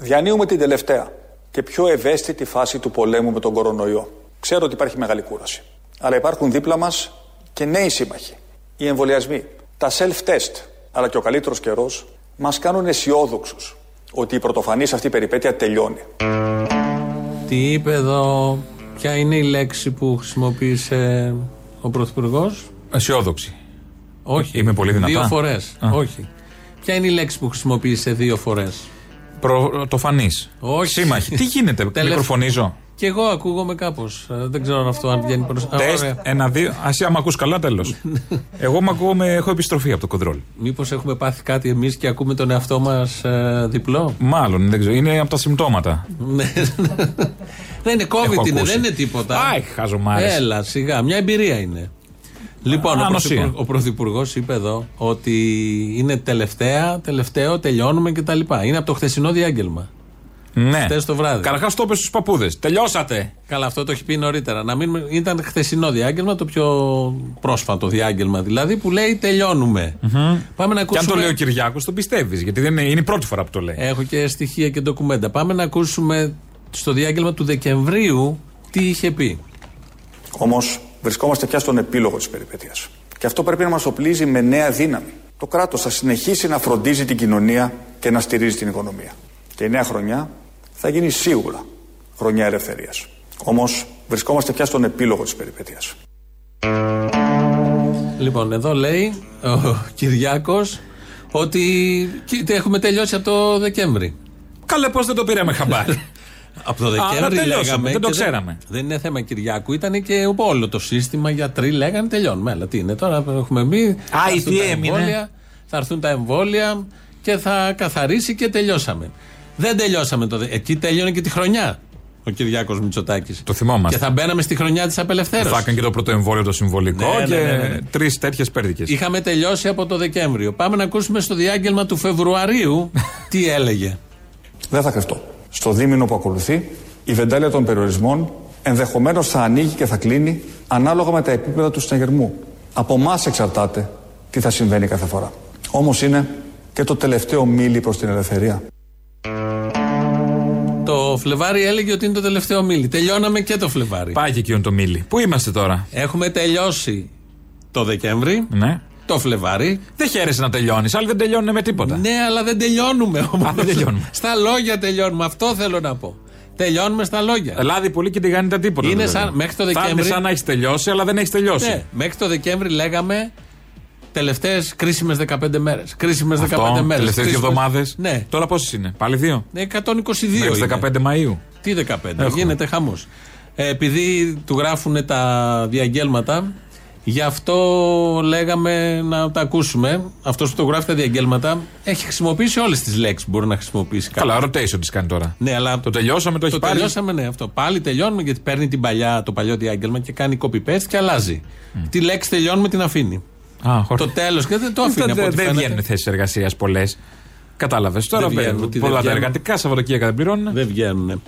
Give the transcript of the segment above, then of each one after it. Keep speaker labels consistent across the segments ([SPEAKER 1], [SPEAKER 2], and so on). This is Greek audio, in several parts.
[SPEAKER 1] Διανύουμε την τελευταία και πιο ευαίσθητη φάση του πολέμου με τον κορονοϊό. Ξέρω ότι υπάρχει μεγάλη κούραση. Αλλά υπάρχουν δίπλα μας και νέοι σύμμαχοι. Οι εμβολιασμοί, τα self-test, αλλά και ο καλύτερος καιρός μας κάνουν αισιόδοξους ότι η πρωτοφανής αυτή η περιπέτεια τελειώνει.
[SPEAKER 2] Τι είπε εδώ, ποια είναι η λέξη που χρησιμοποίησε ο Πρωθυπουργός.
[SPEAKER 3] Αισιόδοξη.
[SPEAKER 2] Όχι.
[SPEAKER 3] Είμαι πολύ δυνατά.
[SPEAKER 2] Δύο φορές. Όχι. Ποια είναι η λέξη που χρησιμοποίησε δύο φορές.
[SPEAKER 3] Πρωτοφανή.
[SPEAKER 2] Όχι.
[SPEAKER 3] Σύμμαχοι. Τι γίνεται,
[SPEAKER 2] Τελευ-
[SPEAKER 3] μικροφωνίζω.
[SPEAKER 2] Κι εγώ ακούγομαι κάπως. Δεν ξέρω αν αυτό αν βγαίνει προς τα
[SPEAKER 3] Τεστ, ένα, δύο. Ας, εσύ άμα ακούς καλά, τέλος. Εγώ μ' ακούω, με- έχω επιστροφή από το κοντρόλ.
[SPEAKER 2] Μήπως έχουμε πάθει κάτι εμείς και ακούμε τον εαυτό μας διπλό.
[SPEAKER 3] Μάλλον, δεν ξέρω. Είναι από τα συμπτώματα.
[SPEAKER 2] Ναι. δεν είναι COVID,
[SPEAKER 3] Έχω
[SPEAKER 2] είναι,
[SPEAKER 3] ακούσει.
[SPEAKER 2] δεν είναι τίποτα.
[SPEAKER 3] Άι, χαζομάρες.
[SPEAKER 2] Έλα, σιγά, μια εμπειρία είναι. Λοιπόν, ο
[SPEAKER 3] Ανοσία.
[SPEAKER 2] πρωθυπουργ- ο Πρωθυπουργός είπε εδώ ότι είναι τελευταία, τελευταίο, τελειώνουμε κτλ. Είναι από το χθεσινό διάγγελμα.
[SPEAKER 3] Ναι.
[SPEAKER 2] Χθες το βράδυ.
[SPEAKER 3] Καταρχάς το είπε στους παππούδες. Τελειώσατε.
[SPEAKER 2] Καλά, αυτό το έχει πει νωρίτερα. Να μην... Ήταν χθεσινό διάγγελμα, το πιο πρόσφατο διάγγελμα δηλαδή, που λέει τελειώνουμε. Πάμε να
[SPEAKER 3] Και αν
[SPEAKER 2] ακούσουμε.
[SPEAKER 3] το λέει ο Κυριάκος, τον πιστεύεις. Γιατί δεν είναι, είναι η πρώτη φορά που το λέει.
[SPEAKER 2] Έχω και στοιχεία και ντοκουμέντα. Πάμε να ακούσουμε στο διάγγελμα του Δεκεμβρίου τι είχε πει.
[SPEAKER 1] Όμως βρισκόμαστε πια στον επίλογο της περιπέτειας. Και αυτό πρέπει να μας οπλίζει με νέα δύναμη. Το κράτος θα συνεχίσει να φροντίζει την κοινωνία και να στηρίζει την οικονομία. Και η νέα χρονιά θα γίνει σίγουρα χρονιά ελευθερίας. Όμως βρισκόμαστε πια στον επίλογο της περιπέτειας.
[SPEAKER 2] Λοιπόν, εδώ λέει ο Κυριάκος ότι κοίτα, έχουμε τελειώσει από το Δεκέμβρη.
[SPEAKER 3] Καλέ, πώς δεν το πήραμε χαμπάρι.
[SPEAKER 2] Ε. Από το
[SPEAKER 3] αλλά
[SPEAKER 2] Δεκέμβρη
[SPEAKER 3] τελειώσαμε,
[SPEAKER 2] λέγαμε.
[SPEAKER 3] δεν το
[SPEAKER 2] και
[SPEAKER 3] ξέραμε.
[SPEAKER 2] Δεν, είναι θέμα Κυριάκου, ήταν και όλο το σύστημα. Γιατροί λέγανε τελειώνουμε. Αλλά τι είναι τώρα, έχουμε μπει. θα
[SPEAKER 3] η
[SPEAKER 2] έρθουν τα
[SPEAKER 3] τι έμεινε.
[SPEAKER 2] εμβόλια, Θα έρθουν τα εμβόλια και θα καθαρίσει και τελειώσαμε. Δεν τελειώσαμε το. δε- Εκεί τέλειωνε και τη χρονιά. Ο Κυριάκος Μητσοτάκης.
[SPEAKER 3] Το θυμόμαστε.
[SPEAKER 2] Και θα μπαίναμε στη χρονιά της
[SPEAKER 3] Ε, Θα
[SPEAKER 2] απελευθέρωση.
[SPEAKER 3] έκανε και το πρώτο εμβόλιο το συμβολικό
[SPEAKER 2] Ναι,
[SPEAKER 3] και
[SPEAKER 2] ναι, ναι, ναι, ναι.
[SPEAKER 3] τρεις τέτοιες πέρδικες.
[SPEAKER 2] Είχαμε τελειώσει από το Δεκέμβριο. Πάμε να ακούσουμε στο διάγγελμα του Φεβρουαρίου τι έλεγε.
[SPEAKER 1] Δεν θα κρυφτώ. Στο δίμηνο που ακολουθεί, η βεντάλια των περιορισμών ενδεχομένως θα ανοίγει και θα κλείνει ανάλογα με τα επίπεδα του συναγερμού. Από εμάς εξαρτάται τι θα συμβαίνει κάθε φορά. Όμως είναι και το τελευταίο μίλι προς την ελευθερία.
[SPEAKER 2] Το Φλεβάρι έλεγε ότι είναι το τελευταίο μίλι. Τελειώναμε και το Φλεβάρι.
[SPEAKER 3] Πάει και εκείνο το μίλι. Πού είμαστε τώρα.
[SPEAKER 2] Έχουμε τελειώσει το Δεκέμβρη,
[SPEAKER 3] Ναι.
[SPEAKER 2] το Φλεβάρι.
[SPEAKER 3] Δεν χαίρεσαι να τελειώνεις. Άλλοι δεν τελειώνουν με τίποτα.
[SPEAKER 2] Ναι, αλλά δεν τελειώνουμε όμως.
[SPEAKER 3] Α, δεν τελειώνουμε.
[SPEAKER 2] Στα λόγια τελειώνουμε. Αυτό θέλω να πω. Τελειώνουμε στα λόγια.
[SPEAKER 3] Λάδι πολύ και τηγάνι τα τίποτα.
[SPEAKER 2] Είναι
[SPEAKER 3] δηλαδή.
[SPEAKER 2] σαν- μέχρι το
[SPEAKER 3] Θα είναι
[SPEAKER 2] Δεκέμβρη-
[SPEAKER 3] σαν να έχεις τελειώσει, αλλά δεν έχεις τελειώσει.
[SPEAKER 2] Ναι, μέχρι το Δεκέμβρη λέγαμε τελευταίες κρίσιμες 15 μέρες. Κρίσιμες 15 μέρες.
[SPEAKER 3] Τελευταίες δύο εβδομάδες.
[SPEAKER 2] Ναι.
[SPEAKER 3] Τώρα πόσες είναι, πάλι δύο.
[SPEAKER 2] Ναι, 122
[SPEAKER 3] Μέχρι
[SPEAKER 2] είναι.
[SPEAKER 3] τις 15 Μαου.
[SPEAKER 2] Τι 15, γίνεται χαμός. επειδή του γράφουν τα διαγγέλματα, γι' αυτό λέγαμε να τα ακούσουμε. Αυτός που το γράφει τα διαγγέλματα έχει χρησιμοποιήσει όλες τις λέξεις που μπορεί να χρησιμοποιήσει κάποιος.
[SPEAKER 3] Καλά, rotation τη κάνει τώρα.
[SPEAKER 2] Ναι, αλλά
[SPEAKER 3] Το τελειώσαμε, το έχει πάρει.
[SPEAKER 2] τελειώσαμε, ναι, αυτό. Πάλι τελειώνουμε γιατί παίρνει την παλιά, το παλιό διάγγελμα και κάνει copy-paste και αλλάζει. Τη λέξη τελειώνουμε την αφήνει.
[SPEAKER 3] Α, χωρίς.
[SPEAKER 2] Ναι. Το τέλος και δεν το
[SPEAKER 3] Δεν-
[SPEAKER 2] αφήνει από
[SPEAKER 3] δεν-
[SPEAKER 2] ό,τι
[SPEAKER 3] Δεν
[SPEAKER 2] φαίνεται.
[SPEAKER 3] βγαίνουν θέσεις εργασίας πολλές. Κατάλαβες. Τώρα
[SPEAKER 2] βγαίνουν,
[SPEAKER 3] μπαίνουν
[SPEAKER 2] τι δεν
[SPEAKER 3] πολλά τα
[SPEAKER 2] βγαίνουν.
[SPEAKER 3] εργατικά, Σαββατοκύριακα δεν πληρώνουν.
[SPEAKER 2] Δεν βγαίνουν.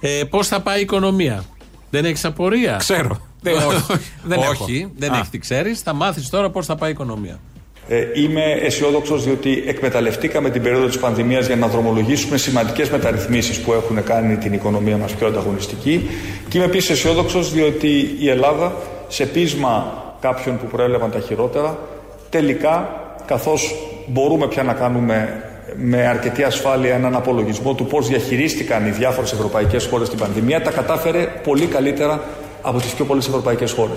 [SPEAKER 2] Ε, Πώς θα πάει η οικονομία, Δεν έχεις απορία.
[SPEAKER 3] Ξέρω. Δεν- όχι. Δεν έχω.
[SPEAKER 2] όχι, δεν
[SPEAKER 3] Α.
[SPEAKER 2] έχει, τι ξέρεις. Θα μάθεις τώρα πώς θα πάει η οικονομία.
[SPEAKER 1] Ε, είμαι αισιόδοξος διότι εκμεταλλευτήκαμε την περίοδο της πανδημίας για να δρομολογήσουμε σημαντικές μεταρρυθμίσεις που έχουν κάνει την οικονομία μας πιο ανταγωνιστική. Και είμαι επίσης αισιόδοξος διότι η Ελλάδα, σε πείσμα κάποιων που προέλαβαν τα χειρότερα, τελικά, καθώς μπορούμε πια να κάνουμε με αρκετή ασφάλεια έναν απολογισμό του πώς διαχειρίστηκαν οι διάφορες ευρωπαϊκές χώρες την πανδημία, τα κατάφερε πολύ καλύτερα από τις πιο πολλές ευρωπαϊκές χώρες.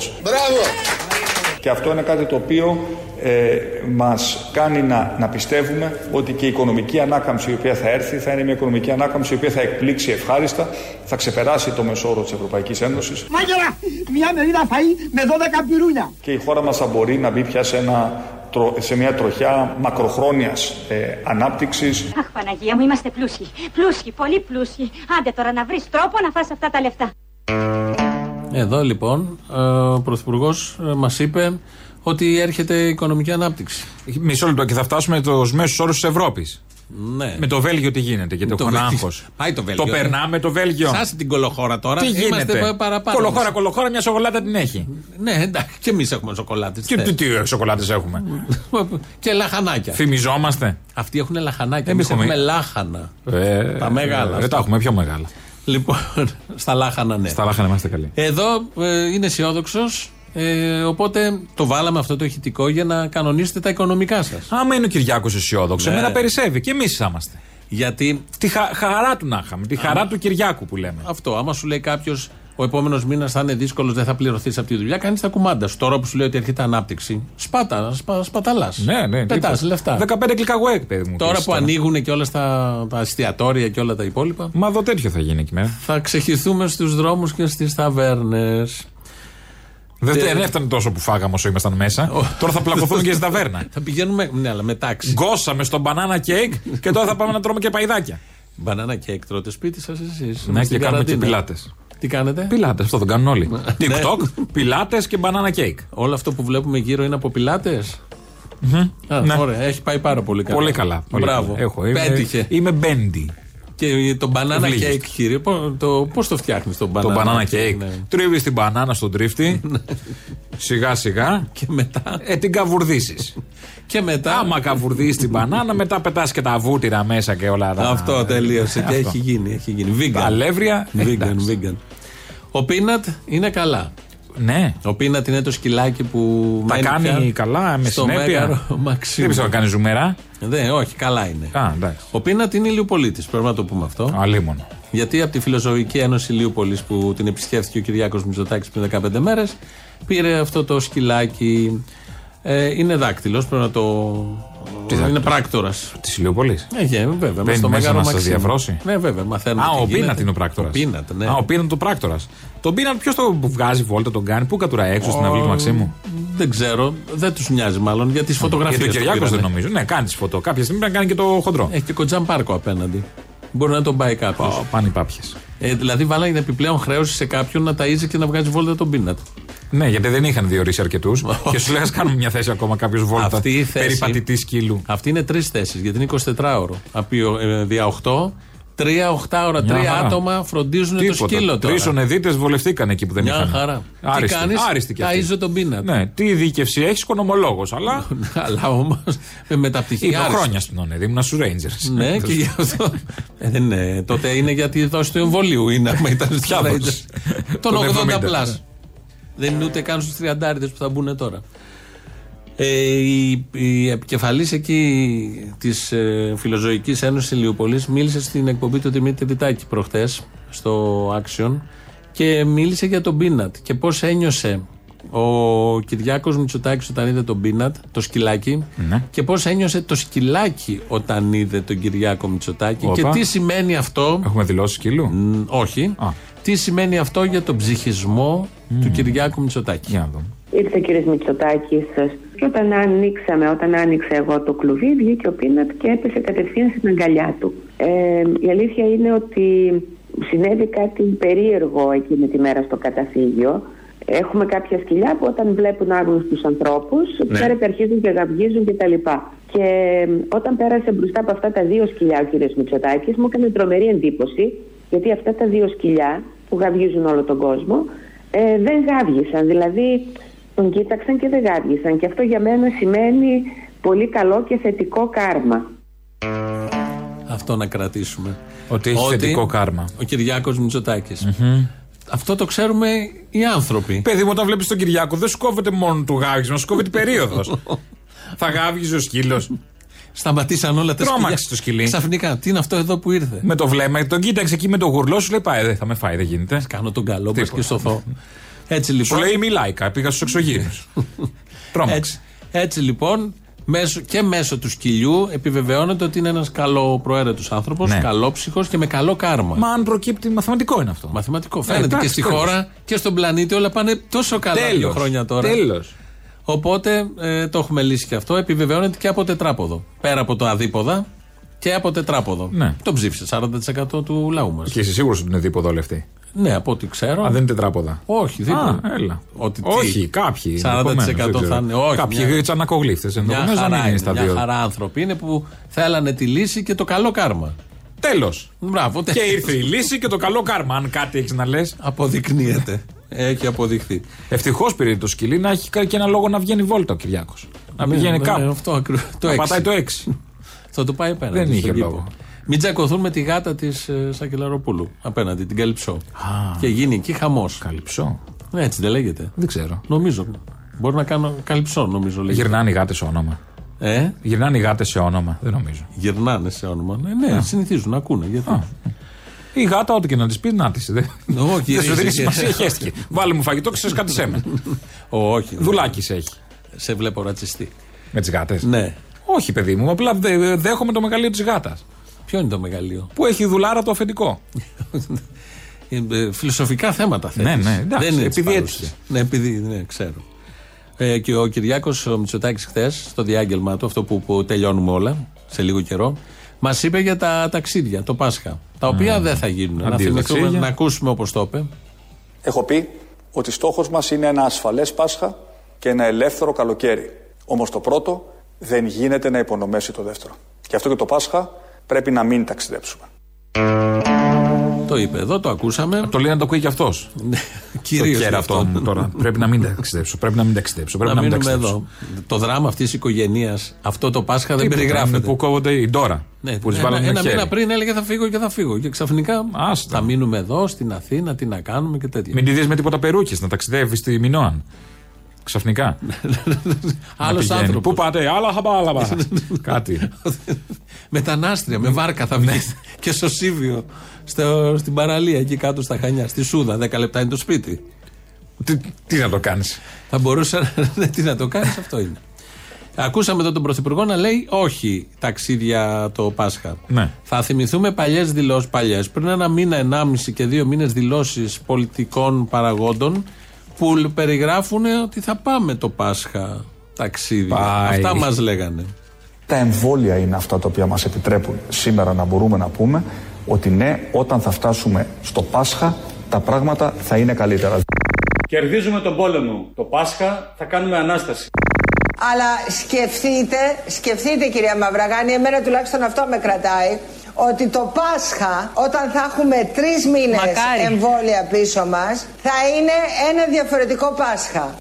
[SPEAKER 1] Και αυτό είναι κάτι το οποίο ε, μας κάνει να, να πιστεύουμε ότι και η οικονομική ανάκαμψη η οποία θα έρθει θα είναι μια οικονομική ανάκαμψη η οποία θα εκπλήξει ευχάριστα, θα ξεπεράσει το μεσόρο της Ευρωπαϊκής Ένωσης
[SPEAKER 4] Μάγερα, μια μερίδα φαΐ με 12 πυρούνια.
[SPEAKER 1] και η χώρα μας θα μπορεί να μπει πια σε, ένα, τρο- σε μια τροχιά μακροχρόνιας ε, ανάπτυξης
[SPEAKER 5] Αχ, Παναγία μου, είμαστε πλούσιοι. Πλούσιοι, πολύ πλούσιοι. Άντε τώρα να βρεις τρόπο να φας αυτά τα λεφτά.
[SPEAKER 2] Εδώ λοιπόν ε, ο Πρωθυπουργός
[SPEAKER 3] ε,
[SPEAKER 2] μας είπε ότι έρχεται η οικονομική ανάπτυξη.
[SPEAKER 3] Μισό λεπτό και θα φτάσουμε του μέσους όρους της Ευρώπης.
[SPEAKER 2] Ναι.
[SPEAKER 3] Με το Βέλγιο τι γίνεται, γιατί
[SPEAKER 2] Το
[SPEAKER 3] έχω ένα
[SPEAKER 2] Βέλγιο.
[SPEAKER 3] άγχος.
[SPEAKER 2] Πάει το Βέλγιο. ε.
[SPEAKER 3] Το περνάμε το Βέλγιο.
[SPEAKER 2] Σας την κολοχώρα τώρα.
[SPEAKER 3] Τι
[SPEAKER 2] Είμαστε
[SPEAKER 3] γίνεται.
[SPEAKER 2] πα- παραπάνω.
[SPEAKER 3] Κολοχώρα, κολοχώρα, μια σοκολάτα την έχει.
[SPEAKER 2] Ναι, εντάξει, και εμείς έχουμε σοκολάτες.
[SPEAKER 3] Και τι, τι σοκολάτες
[SPEAKER 2] Ναι.
[SPEAKER 3] έχουμε.
[SPEAKER 2] και λαχανάκια.
[SPEAKER 3] Φημιζόμαστε.
[SPEAKER 2] Αυτοί έχουν λαχανάκια.
[SPEAKER 3] Εμείς
[SPEAKER 2] Εμείς έχουμε...
[SPEAKER 3] έχουμε-
[SPEAKER 2] λάχανα.
[SPEAKER 3] Ε,
[SPEAKER 2] Τα μεγάλα
[SPEAKER 3] Ε,
[SPEAKER 2] αυτά.
[SPEAKER 3] τα έχουμε πιο μεγάλα.
[SPEAKER 2] Λοιπόν, στα λάχανα, ναι.
[SPEAKER 3] Στα λάχανα είμαστε καλοί.
[SPEAKER 2] Εδώ ε, είναι αισιόδοξος. Ε, οπότε το βάλαμε αυτό το ηχητικό για να κανονίσετε τα οικονομικά σας.
[SPEAKER 3] Άμα είναι ο Κυριάκος αισιόδοξος,
[SPEAKER 2] Ναι.
[SPEAKER 3] εμένα περισσεύει και εμείς είμαστε.
[SPEAKER 2] Γιατί
[SPEAKER 3] Τη χα- χαρά του να είχαμε. Τη χαρά του Κυριάκου που λέμε.
[SPEAKER 2] αυτό, άμα σου λέει κάποιος ο επόμενος μήνας θα είναι δύσκολος, δεν θα πληρωθείς από τη δουλειά, κάνεις τα κουμάντα σου. Τώρα που σου λέει ότι έρχεται ανάπτυξη, σπάτα, σπα, σπαταλάς.
[SPEAKER 3] Ναι, ναι.
[SPEAKER 2] Πετάς
[SPEAKER 3] τίποτα.
[SPEAKER 2] λεφτά.
[SPEAKER 3] 15 κλικά work, παιδί μου.
[SPEAKER 2] Τώρα
[SPEAKER 3] πες
[SPEAKER 2] που ανοίγουν και όλα στα, τα εστιατόρια και όλα τα υπόλοιπα,
[SPEAKER 3] Μα εδώ τέτοιο θα γίνει εκεί μέρα.
[SPEAKER 2] θα ξεχυθούμε στους δρόμους και στις ταβέρνες.
[SPEAKER 3] Δεν,
[SPEAKER 2] Ε,
[SPEAKER 3] δεν έφτανε τόσο που φάγαμε όσο ήμασταν μέσα. Τώρα θα πλακωθούμε και στην ταβέρνα.
[SPEAKER 2] Θα πηγαίνουμε. Ναι, αλλά με τάξη.
[SPEAKER 3] Γκώσαμε στο banana cake και τώρα θα πάμε να τρώμε και παϊδάκια.
[SPEAKER 2] Μπανάνα και εκτρώτε σπίτι σας, εσείς.
[SPEAKER 3] Ναι, και κάνουμε και πιλάτες.
[SPEAKER 2] Τι κάνετε.
[SPEAKER 3] Πιλάτες, αυτό το κάνουν όλοι.
[SPEAKER 2] Ναι.
[SPEAKER 3] TikTok, πιλάτες και banana cake.
[SPEAKER 2] Όλο αυτό που βλέπουμε γύρω είναι από πιλάτες.
[SPEAKER 3] Ναι.
[SPEAKER 2] Ωραία, έχει πάει πάρα πολύ καλά.
[SPEAKER 3] Πολύ καλά. Πολύ
[SPEAKER 2] Μπράβο.
[SPEAKER 3] καλά. Έχω, είμαι,
[SPEAKER 2] Πέτυχε.
[SPEAKER 3] Είμαι μπέντι.
[SPEAKER 2] Και το banana
[SPEAKER 3] Ευλίγης.
[SPEAKER 2] cake, κύριε, πώ το, πώς το φτιάχνεις το banana,
[SPEAKER 3] Το banana cake.
[SPEAKER 2] ναι.
[SPEAKER 3] Τρίβεις την μπανάνα στον τρίφτη. σιγά σιγά.
[SPEAKER 2] Και μετά.
[SPEAKER 3] Ε, την καβουρδίσεις.
[SPEAKER 2] Και μετά
[SPEAKER 3] Άμα καβουρδίσεις την μπανάνα, μετά πετάς και τα βούτυρα μέσα και όλα τα.
[SPEAKER 2] αυτό τελείωσε. και
[SPEAKER 3] Αυτό.
[SPEAKER 2] έχει γίνει. Έχει γίνει. Vegan.
[SPEAKER 3] Τα αλεύρια. ε,
[SPEAKER 2] Vegan,
[SPEAKER 3] εντάξει.
[SPEAKER 2] vegan. Ο πίνατ είναι καλά.
[SPEAKER 3] Ναι.
[SPEAKER 2] Ο πίνατ είναι το σκυλάκι που
[SPEAKER 3] Τα
[SPEAKER 2] μένει
[SPEAKER 3] κάνει
[SPEAKER 2] πια
[SPEAKER 3] καλά, με
[SPEAKER 2] στο
[SPEAKER 3] συνέπεια.
[SPEAKER 2] μέγαρο
[SPEAKER 3] Δεν
[SPEAKER 2] Μαξίμου.
[SPEAKER 3] πιστεύω να κάνει ζουμερά.
[SPEAKER 2] Δεν, όχι, καλά είναι.
[SPEAKER 3] Α, εντάξει.
[SPEAKER 2] Ο Πίνατ είναι ηλιοπολίτης, πρέπει να το πούμε αυτό.
[SPEAKER 3] Αλίμονο.
[SPEAKER 2] Γιατί από τη Φιλοζωική Ένωση Ηλιούπολης που την επισκέφθηκε ο Κυριάκος Μητσοτάκης πριν 15 μέρες, πήρε αυτό το σκυλάκι. Ε, είναι δάκτυλος, πρέπει να το. είναι πράκτορας.
[SPEAKER 3] Της Ηλιοπολής.
[SPEAKER 2] Ε, γε, βέβαια. μες
[SPEAKER 3] Μπαίνει
[SPEAKER 2] στο
[SPEAKER 3] μέσα
[SPEAKER 2] Μέγαρο
[SPEAKER 3] να σας
[SPEAKER 2] Μαξίμου.
[SPEAKER 3] διαφρώσει.
[SPEAKER 2] Ναι, βέβαια. Μαθαίνουμε.
[SPEAKER 3] Α,
[SPEAKER 2] τι
[SPEAKER 3] ο
[SPEAKER 2] γίνεται.
[SPEAKER 3] Πίνατ είναι ο πράκτορας.
[SPEAKER 2] Ο Πίνατ, ναι.
[SPEAKER 3] Α, ο Πίνατ ο πράκτορας. Τον Πίνατ ποιος το βγάζει βόλτα, τον κάνει, πού κατουράει έξω στην αυλή του Μαξίμου.
[SPEAKER 2] Δεν ξέρω, δεν τους μοιάζει μάλλον για τι φωτογραφίε.
[SPEAKER 3] Για τον Κυριάκο δεν νομίζω. Ναι, κάνει τη φωτό. Κάποια στιγμή πρέπει να κάνει και το χοντρό.
[SPEAKER 2] Έχει και κοντζάν πάρκο απέναντι. Μπορεί να τον πάει κάποιος.
[SPEAKER 3] Ω, Πάνε οι πάπιες.
[SPEAKER 2] Ε, δηλαδή, βάλανε επιπλέον χρέωση σε κάποιον να ταΐζει και να βγάζει βόλτα τον πίνατ.
[SPEAKER 3] Ναι, γιατί δεν είχαν διορίσει αρκετούς. και σου λέγανε κάνουμε μια θέση ακόμα κάποιος βόλτα.
[SPEAKER 2] Αυτή η θέση-
[SPEAKER 3] Περιπατητής σκύλου.
[SPEAKER 2] Αυτή είναι τρεις θέσεις, γιατί είναι 24ωρο. Απί, ε, δια 8, τρία 8 ώρα.
[SPEAKER 3] Μια
[SPEAKER 2] Τρία
[SPEAKER 3] χαρά.
[SPEAKER 2] άτομα φροντίζουν το σκύλο τώρα.
[SPEAKER 3] Τρεις ονεδίτες βολευτήκαν εκεί που δεν
[SPEAKER 2] Μια
[SPEAKER 3] είχαν.
[SPEAKER 2] χαρά. Τι
[SPEAKER 3] Άριστοι.
[SPEAKER 2] κάνεις?
[SPEAKER 3] Άριστοι και αυτοί.
[SPEAKER 2] Ταΐζω τον πίνακα.
[SPEAKER 3] Ναι, τι δίκευση έχεις, οικονομολόγος. Αλλά
[SPEAKER 2] Αλλά όμως με μεταπτυχία.
[SPEAKER 3] είπα
[SPEAKER 2] άριστη.
[SPEAKER 3] χρόνια στην ονεδί, ήμουν στους Rangers.
[SPEAKER 2] Ναι, και γι' αυτό. Ε, δεν είναι. Τότε είναι για τη δόση του εμβολίου. Είναι άμα ήταν
[SPEAKER 3] Ποια
[SPEAKER 2] στους
[SPEAKER 3] δόση?
[SPEAKER 2] Rangers.
[SPEAKER 3] Τον
[SPEAKER 2] Τον 80
[SPEAKER 3] 70,
[SPEAKER 2] πλάσ.
[SPEAKER 3] ναι.
[SPEAKER 2] Δεν είναι ούτε καν στους 30 που θα μπουν τώρα. Ε, η, η επικεφαλής εκεί της ε, Φιλοζωικής Ένωσης Ηλιοπολής μίλησε στην εκπομπή του Δημήτρη Τιτάκη προχτές στο Action και μίλησε για τον Πίνατ και πώς ένιωσε ο Κυριάκος Μητσοτάκης όταν είδε τον Πίνατ, το σκυλάκι
[SPEAKER 3] Ναι.
[SPEAKER 2] και πώς ένιωσε το σκυλάκι όταν είδε τον Κυριάκο Μητσοτάκη
[SPEAKER 3] Όπα.
[SPEAKER 2] και τι σημαίνει αυτό
[SPEAKER 3] Έχουμε δηλώσει σκύλου.
[SPEAKER 2] Μ, όχι,
[SPEAKER 3] Α.
[SPEAKER 2] τι σημαίνει αυτό για τον ψυχισμό του Κυριάκου Μητσοτάκη
[SPEAKER 3] Για να δούμε.
[SPEAKER 6] Ήρθε ο κύριος Μητσοτάκης και όταν ανοίξαμε, όταν άνοιξα εγώ το κλουβί, βγήκε ο Πίνατ και έπεσε κατευθείαν στην αγκαλιά του. Ε, η αλήθεια είναι ότι συνέβη κάτι περίεργο εκείνη τη μέρα στο καταφύγιο. Έχουμε κάποια σκυλιά που όταν βλέπουν άγνωστους ανθρώπους, ξέρετε, αρχίζουν και γαυγίζουν κτλ. Και, τα λοιπά. και ε, όταν πέρασε μπροστά από αυτά τα δύο σκυλιά ο κύριος Μητσοτάκης, μου έκανε τρομερή εντύπωση, γιατί αυτά τα δύο σκυλιά που γαυγίζουν όλο τον κόσμο, ε, δεν γάβγισαν. Δηλαδή, τον κοίταξαν και δεν γάβγισαν. Και αυτό για μένα σημαίνει πολύ καλό και θετικό κάρμα.
[SPEAKER 2] Αυτό να κρατήσουμε.
[SPEAKER 3] Ότι έχει θετικό κάρμα.
[SPEAKER 2] Ο Κυριάκος Αυτό το ξέρουμε οι άνθρωποι.
[SPEAKER 3] Παιδί μου, όταν βλέπεις τον Κυριάκο, δεν σου κόβεται μόνο του γάβγισμα, σου κόβεται η περίοδος. Θα γάβγιζε ο σκύλος.
[SPEAKER 2] Σταματήσαν όλα τα
[SPEAKER 3] Τρόμαξε
[SPEAKER 2] σκυλιά.
[SPEAKER 3] το σκυλί.
[SPEAKER 2] Ξαφνικά. Τι είναι αυτό εδώ που ήρθε.
[SPEAKER 3] Με το βλέμμα, τον κοίταξε εκεί με το γουρλό, σου λέει πάει, δεν θα με φάει, δεν γίνεται.
[SPEAKER 2] Κάνω τον καλό μα
[SPEAKER 3] Τίποτα.
[SPEAKER 2] και σωθώ. Έτσι λοιπόν.
[SPEAKER 3] Σου λέει μιλάει, κα- πήγα στους εξωγήνου.
[SPEAKER 2] έτσι,
[SPEAKER 3] Τρόμαξε.
[SPEAKER 2] έτσι λοιπόν. Μέσω, και μέσω του σκυλιού επιβεβαιώνεται ότι είναι ένας καλό προαίρετος άνθρωπος,
[SPEAKER 3] Ναι.
[SPEAKER 2] καλόψυχο και με καλό κάρμα.
[SPEAKER 3] Μα αν προκύπτει, μαθηματικό είναι αυτό.
[SPEAKER 2] Μαθηματικό.
[SPEAKER 3] Ναι,
[SPEAKER 2] Φαίνεται
[SPEAKER 3] εντάξει,
[SPEAKER 2] και στη
[SPEAKER 3] τέλος.
[SPEAKER 2] χώρα και στον πλανήτη όλα πάνε τόσο καλά δύο χρόνια τώρα.
[SPEAKER 3] Τέλος.
[SPEAKER 2] Οπότε ε, το έχουμε λύσει και αυτό. Επιβεβαιώνεται και από τετράποδο. Πέρα από το αδίποδα και από τετράποδο.
[SPEAKER 3] Ναι.
[SPEAKER 2] Το ψήφισε 40% του λαού μας.
[SPEAKER 3] Και είσαι σίγουρος ότι είναι δίποδο όλοι αυτοί.
[SPEAKER 2] Ναι, από ό,τι ξέρω.
[SPEAKER 3] Α, δεν είναι τετράποδα.
[SPEAKER 2] Όχι, δεν
[SPEAKER 3] Α,
[SPEAKER 2] είναι.
[SPEAKER 3] έλα.
[SPEAKER 2] Ότι τι.
[SPEAKER 3] όχι, κάποιοι.
[SPEAKER 2] 40%
[SPEAKER 3] ενδεχομένως, δεν ξέρω.
[SPEAKER 2] θα είναι. Όχι,
[SPEAKER 3] κάποιοι
[SPEAKER 2] μια-
[SPEAKER 3] τσανακογλύφτε
[SPEAKER 2] Μια
[SPEAKER 3] ενδεχομένω να μην
[SPEAKER 2] χαρά,
[SPEAKER 3] είναι
[SPEAKER 2] είναι,
[SPEAKER 3] στα
[SPEAKER 2] μια
[SPEAKER 3] δύο.
[SPEAKER 2] χαρά άνθρωποι είναι που θέλανε τη λύση και το καλό κάρμα.
[SPEAKER 3] Τέλος.
[SPEAKER 2] Μπράβο,
[SPEAKER 3] Και
[SPEAKER 2] τέλος.
[SPEAKER 3] ήρθε η λύση και το καλό κάρμα. Αν κάτι έχεις να λες.
[SPEAKER 2] Αποδεικνύεται. Έχει αποδειχθεί.
[SPEAKER 3] Ευτυχώς πήρε το σκυλί να έχει και ένα λόγο να βγαίνει βόλτα ο Κυριάκος. Να
[SPEAKER 2] Ναι,
[SPEAKER 3] πηγαίνει
[SPEAKER 2] ναι, ναι,
[SPEAKER 3] κάπου.
[SPEAKER 2] Αυτό ακριβώ. Το
[SPEAKER 3] Να
[SPEAKER 2] έξι.
[SPEAKER 3] πατάει το 6.
[SPEAKER 2] Θα το πάει πέρα.
[SPEAKER 3] Δεν
[SPEAKER 2] στον
[SPEAKER 3] είχε
[SPEAKER 2] κήπο.
[SPEAKER 3] λόγο.
[SPEAKER 2] Μην τσακωθούν με τη γάτα της ε, Σακελαροπούλου απέναντι, την Καλυψό. Και γίνει εκεί χαμός.
[SPEAKER 3] Καλυψό.
[SPEAKER 2] Έτσι δεν λέγεται.
[SPEAKER 3] Δεν ξέρω.
[SPEAKER 2] Νομίζω. Μπορεί να κάνω. Καλυψό, νομίζω λέγεται.
[SPEAKER 3] Γυρνάνε οι γάτες σε όνομα.
[SPEAKER 2] Ε,
[SPEAKER 3] Γυρνάνε οι γάτες σε όνομα. Δεν νομίζω.
[SPEAKER 2] γυρνάνε σε όνομα. Ναι, ναι, συνηθίζουν, ακούνε. Γιατί.
[SPEAKER 3] Η γάτα, ό,τι και να της πεις, να της. Δεν
[SPEAKER 2] Ω,
[SPEAKER 3] δεν
[SPEAKER 2] γυρίζει
[SPEAKER 3] σου δίνει
[SPEAKER 2] και-
[SPEAKER 3] σημασία, χαίστηκε. Βάλε μου φαγητό, ξέρεις κάτι σε με.
[SPEAKER 2] Ω, όχι.
[SPEAKER 3] Δουλάκι σε έχει.
[SPEAKER 2] Σε βλέπω ρατσιστή.
[SPEAKER 3] Με τις γάτες.
[SPEAKER 2] Ναι.
[SPEAKER 3] Όχι, παιδί μου, απλά δε- δέχομαι το μεγαλείο της γάτας.
[SPEAKER 2] Ποιο είναι το μεγαλείο.
[SPEAKER 3] Που έχει δουλάρα το αφεντικό.
[SPEAKER 2] Ε, ε, Φιλοσοφικά θέματα θέτεις.
[SPEAKER 3] Ναι, ναι, εντάξει,
[SPEAKER 2] Δεν είναι έτσι
[SPEAKER 3] επειδή
[SPEAKER 2] παρούσες.
[SPEAKER 3] έτυχε.
[SPEAKER 2] Ναι, επειδή, ναι, ξέρω. Ε, και ο Κυριάκος Μητσοτάκης χθες, στο διάγγελμά του, αυτό που, που τελειώνουμε όλα σε λίγο καιρό, μας είπε για τα ταξίδια, το Πάσχα. Τα οποία δεν θα γίνουν. Να
[SPEAKER 3] Αντίο
[SPEAKER 2] θυμηθούμε,
[SPEAKER 3] ταξίδια.
[SPEAKER 2] να ακούσουμε όπως το είπε.
[SPEAKER 1] Έχω πει ότι στόχος μας είναι ένα ασφαλές Πάσχα και ένα ελεύθερο καλοκαίρι. Όμως το πρώτο δεν γίνεται να υπονομεύσει το δεύτερο. Και αυτό και το Πάσχα πρέπει να μην ταξιδέψουμε.
[SPEAKER 2] Το είπε εδώ, το ακούσαμε.
[SPEAKER 3] Το λέει να το ακούει κι αυτός.
[SPEAKER 2] Ναι,
[SPEAKER 3] Το
[SPEAKER 2] Κυρίω
[SPEAKER 3] κέρα αυτό μου τώρα. Πρέπει να μην ταξιδέψω. Πρέπει να μην ταξιδέψω. Πρέπει
[SPEAKER 2] Να
[SPEAKER 3] να μην
[SPEAKER 2] μείνουμε
[SPEAKER 3] ταξιδέψω.
[SPEAKER 2] εδώ. Το δράμα αυτής της οικογένειας, αυτό το Πάσχα δεν
[SPEAKER 3] Τίποτα, είναι
[SPEAKER 2] περιγράφεται.
[SPEAKER 3] Που κόβονται η Ντόρα.
[SPEAKER 2] Ναι,
[SPEAKER 3] που τη
[SPEAKER 2] ένα,
[SPEAKER 3] βάλανε
[SPEAKER 2] ένα
[SPEAKER 3] ένα
[SPEAKER 2] μήνα
[SPEAKER 3] χέρι.
[SPEAKER 2] πριν έλεγε θα φύγω και θα φύγω. Και ξαφνικά
[SPEAKER 3] Άστα.
[SPEAKER 2] θα μείνουμε εδώ στην Αθήνα, τι να κάνουμε και τέτοια.
[SPEAKER 3] Μην τη δεις με τίποτα περούκες να ταξιδεύεις στη Μινόαν. Ξαφνικά.
[SPEAKER 2] Ναι. Άλλο
[SPEAKER 3] Να πηγαίνει. Πού
[SPEAKER 2] άνθρωπο.
[SPEAKER 3] πάτε, άλλα χαμπάλα. Κάτι.
[SPEAKER 2] Μετανάστρια, με βάρκα θα βγεις και σωσίβιο στο, στην παραλία εκεί κάτω στα Χανιά, στη Σούδα. 10 λεπτά είναι το σπίτι.
[SPEAKER 3] Τι, τι να το κάνεις.
[SPEAKER 2] Θα μπορούσε να. ναι, Τι να το κάνεις, αυτό είναι. Ακούσαμε εδώ τον Πρωθυπουργό να λέει όχι ταξίδια το Πάσχα.
[SPEAKER 3] Ναι.
[SPEAKER 2] Θα θυμηθούμε παλιές δηλώσεις, παλιές, πριν ένα μήνα, ενάμιση και δύο μήνες δηλώσεις πολιτικών παραγόντων που λ- περιγράφουν ότι θα πάμε το Πάσχα ταξίδι.
[SPEAKER 3] Πάει.
[SPEAKER 2] Αυτά μας λέγανε.
[SPEAKER 1] Τα εμβόλια είναι αυτά τα οποία μας επιτρέπουν σήμερα να μπορούμε να πούμε ότι ναι, όταν θα φτάσουμε στο Πάσχα τα πράγματα θα είναι καλύτερα.
[SPEAKER 7] Κερδίζουμε τον πόλεμο. Το Πάσχα θα κάνουμε ανάσταση.
[SPEAKER 8] Αλλά σκεφτείτε, σκεφτείτε κυρία Μαυραγάνη, εμένα τουλάχιστον αυτό με κρατάει, ότι το Πάσχα όταν θα έχουμε τρεις μήνες εμβόλια πίσω μας θα είναι ένα διαφορετικό Πάσχα.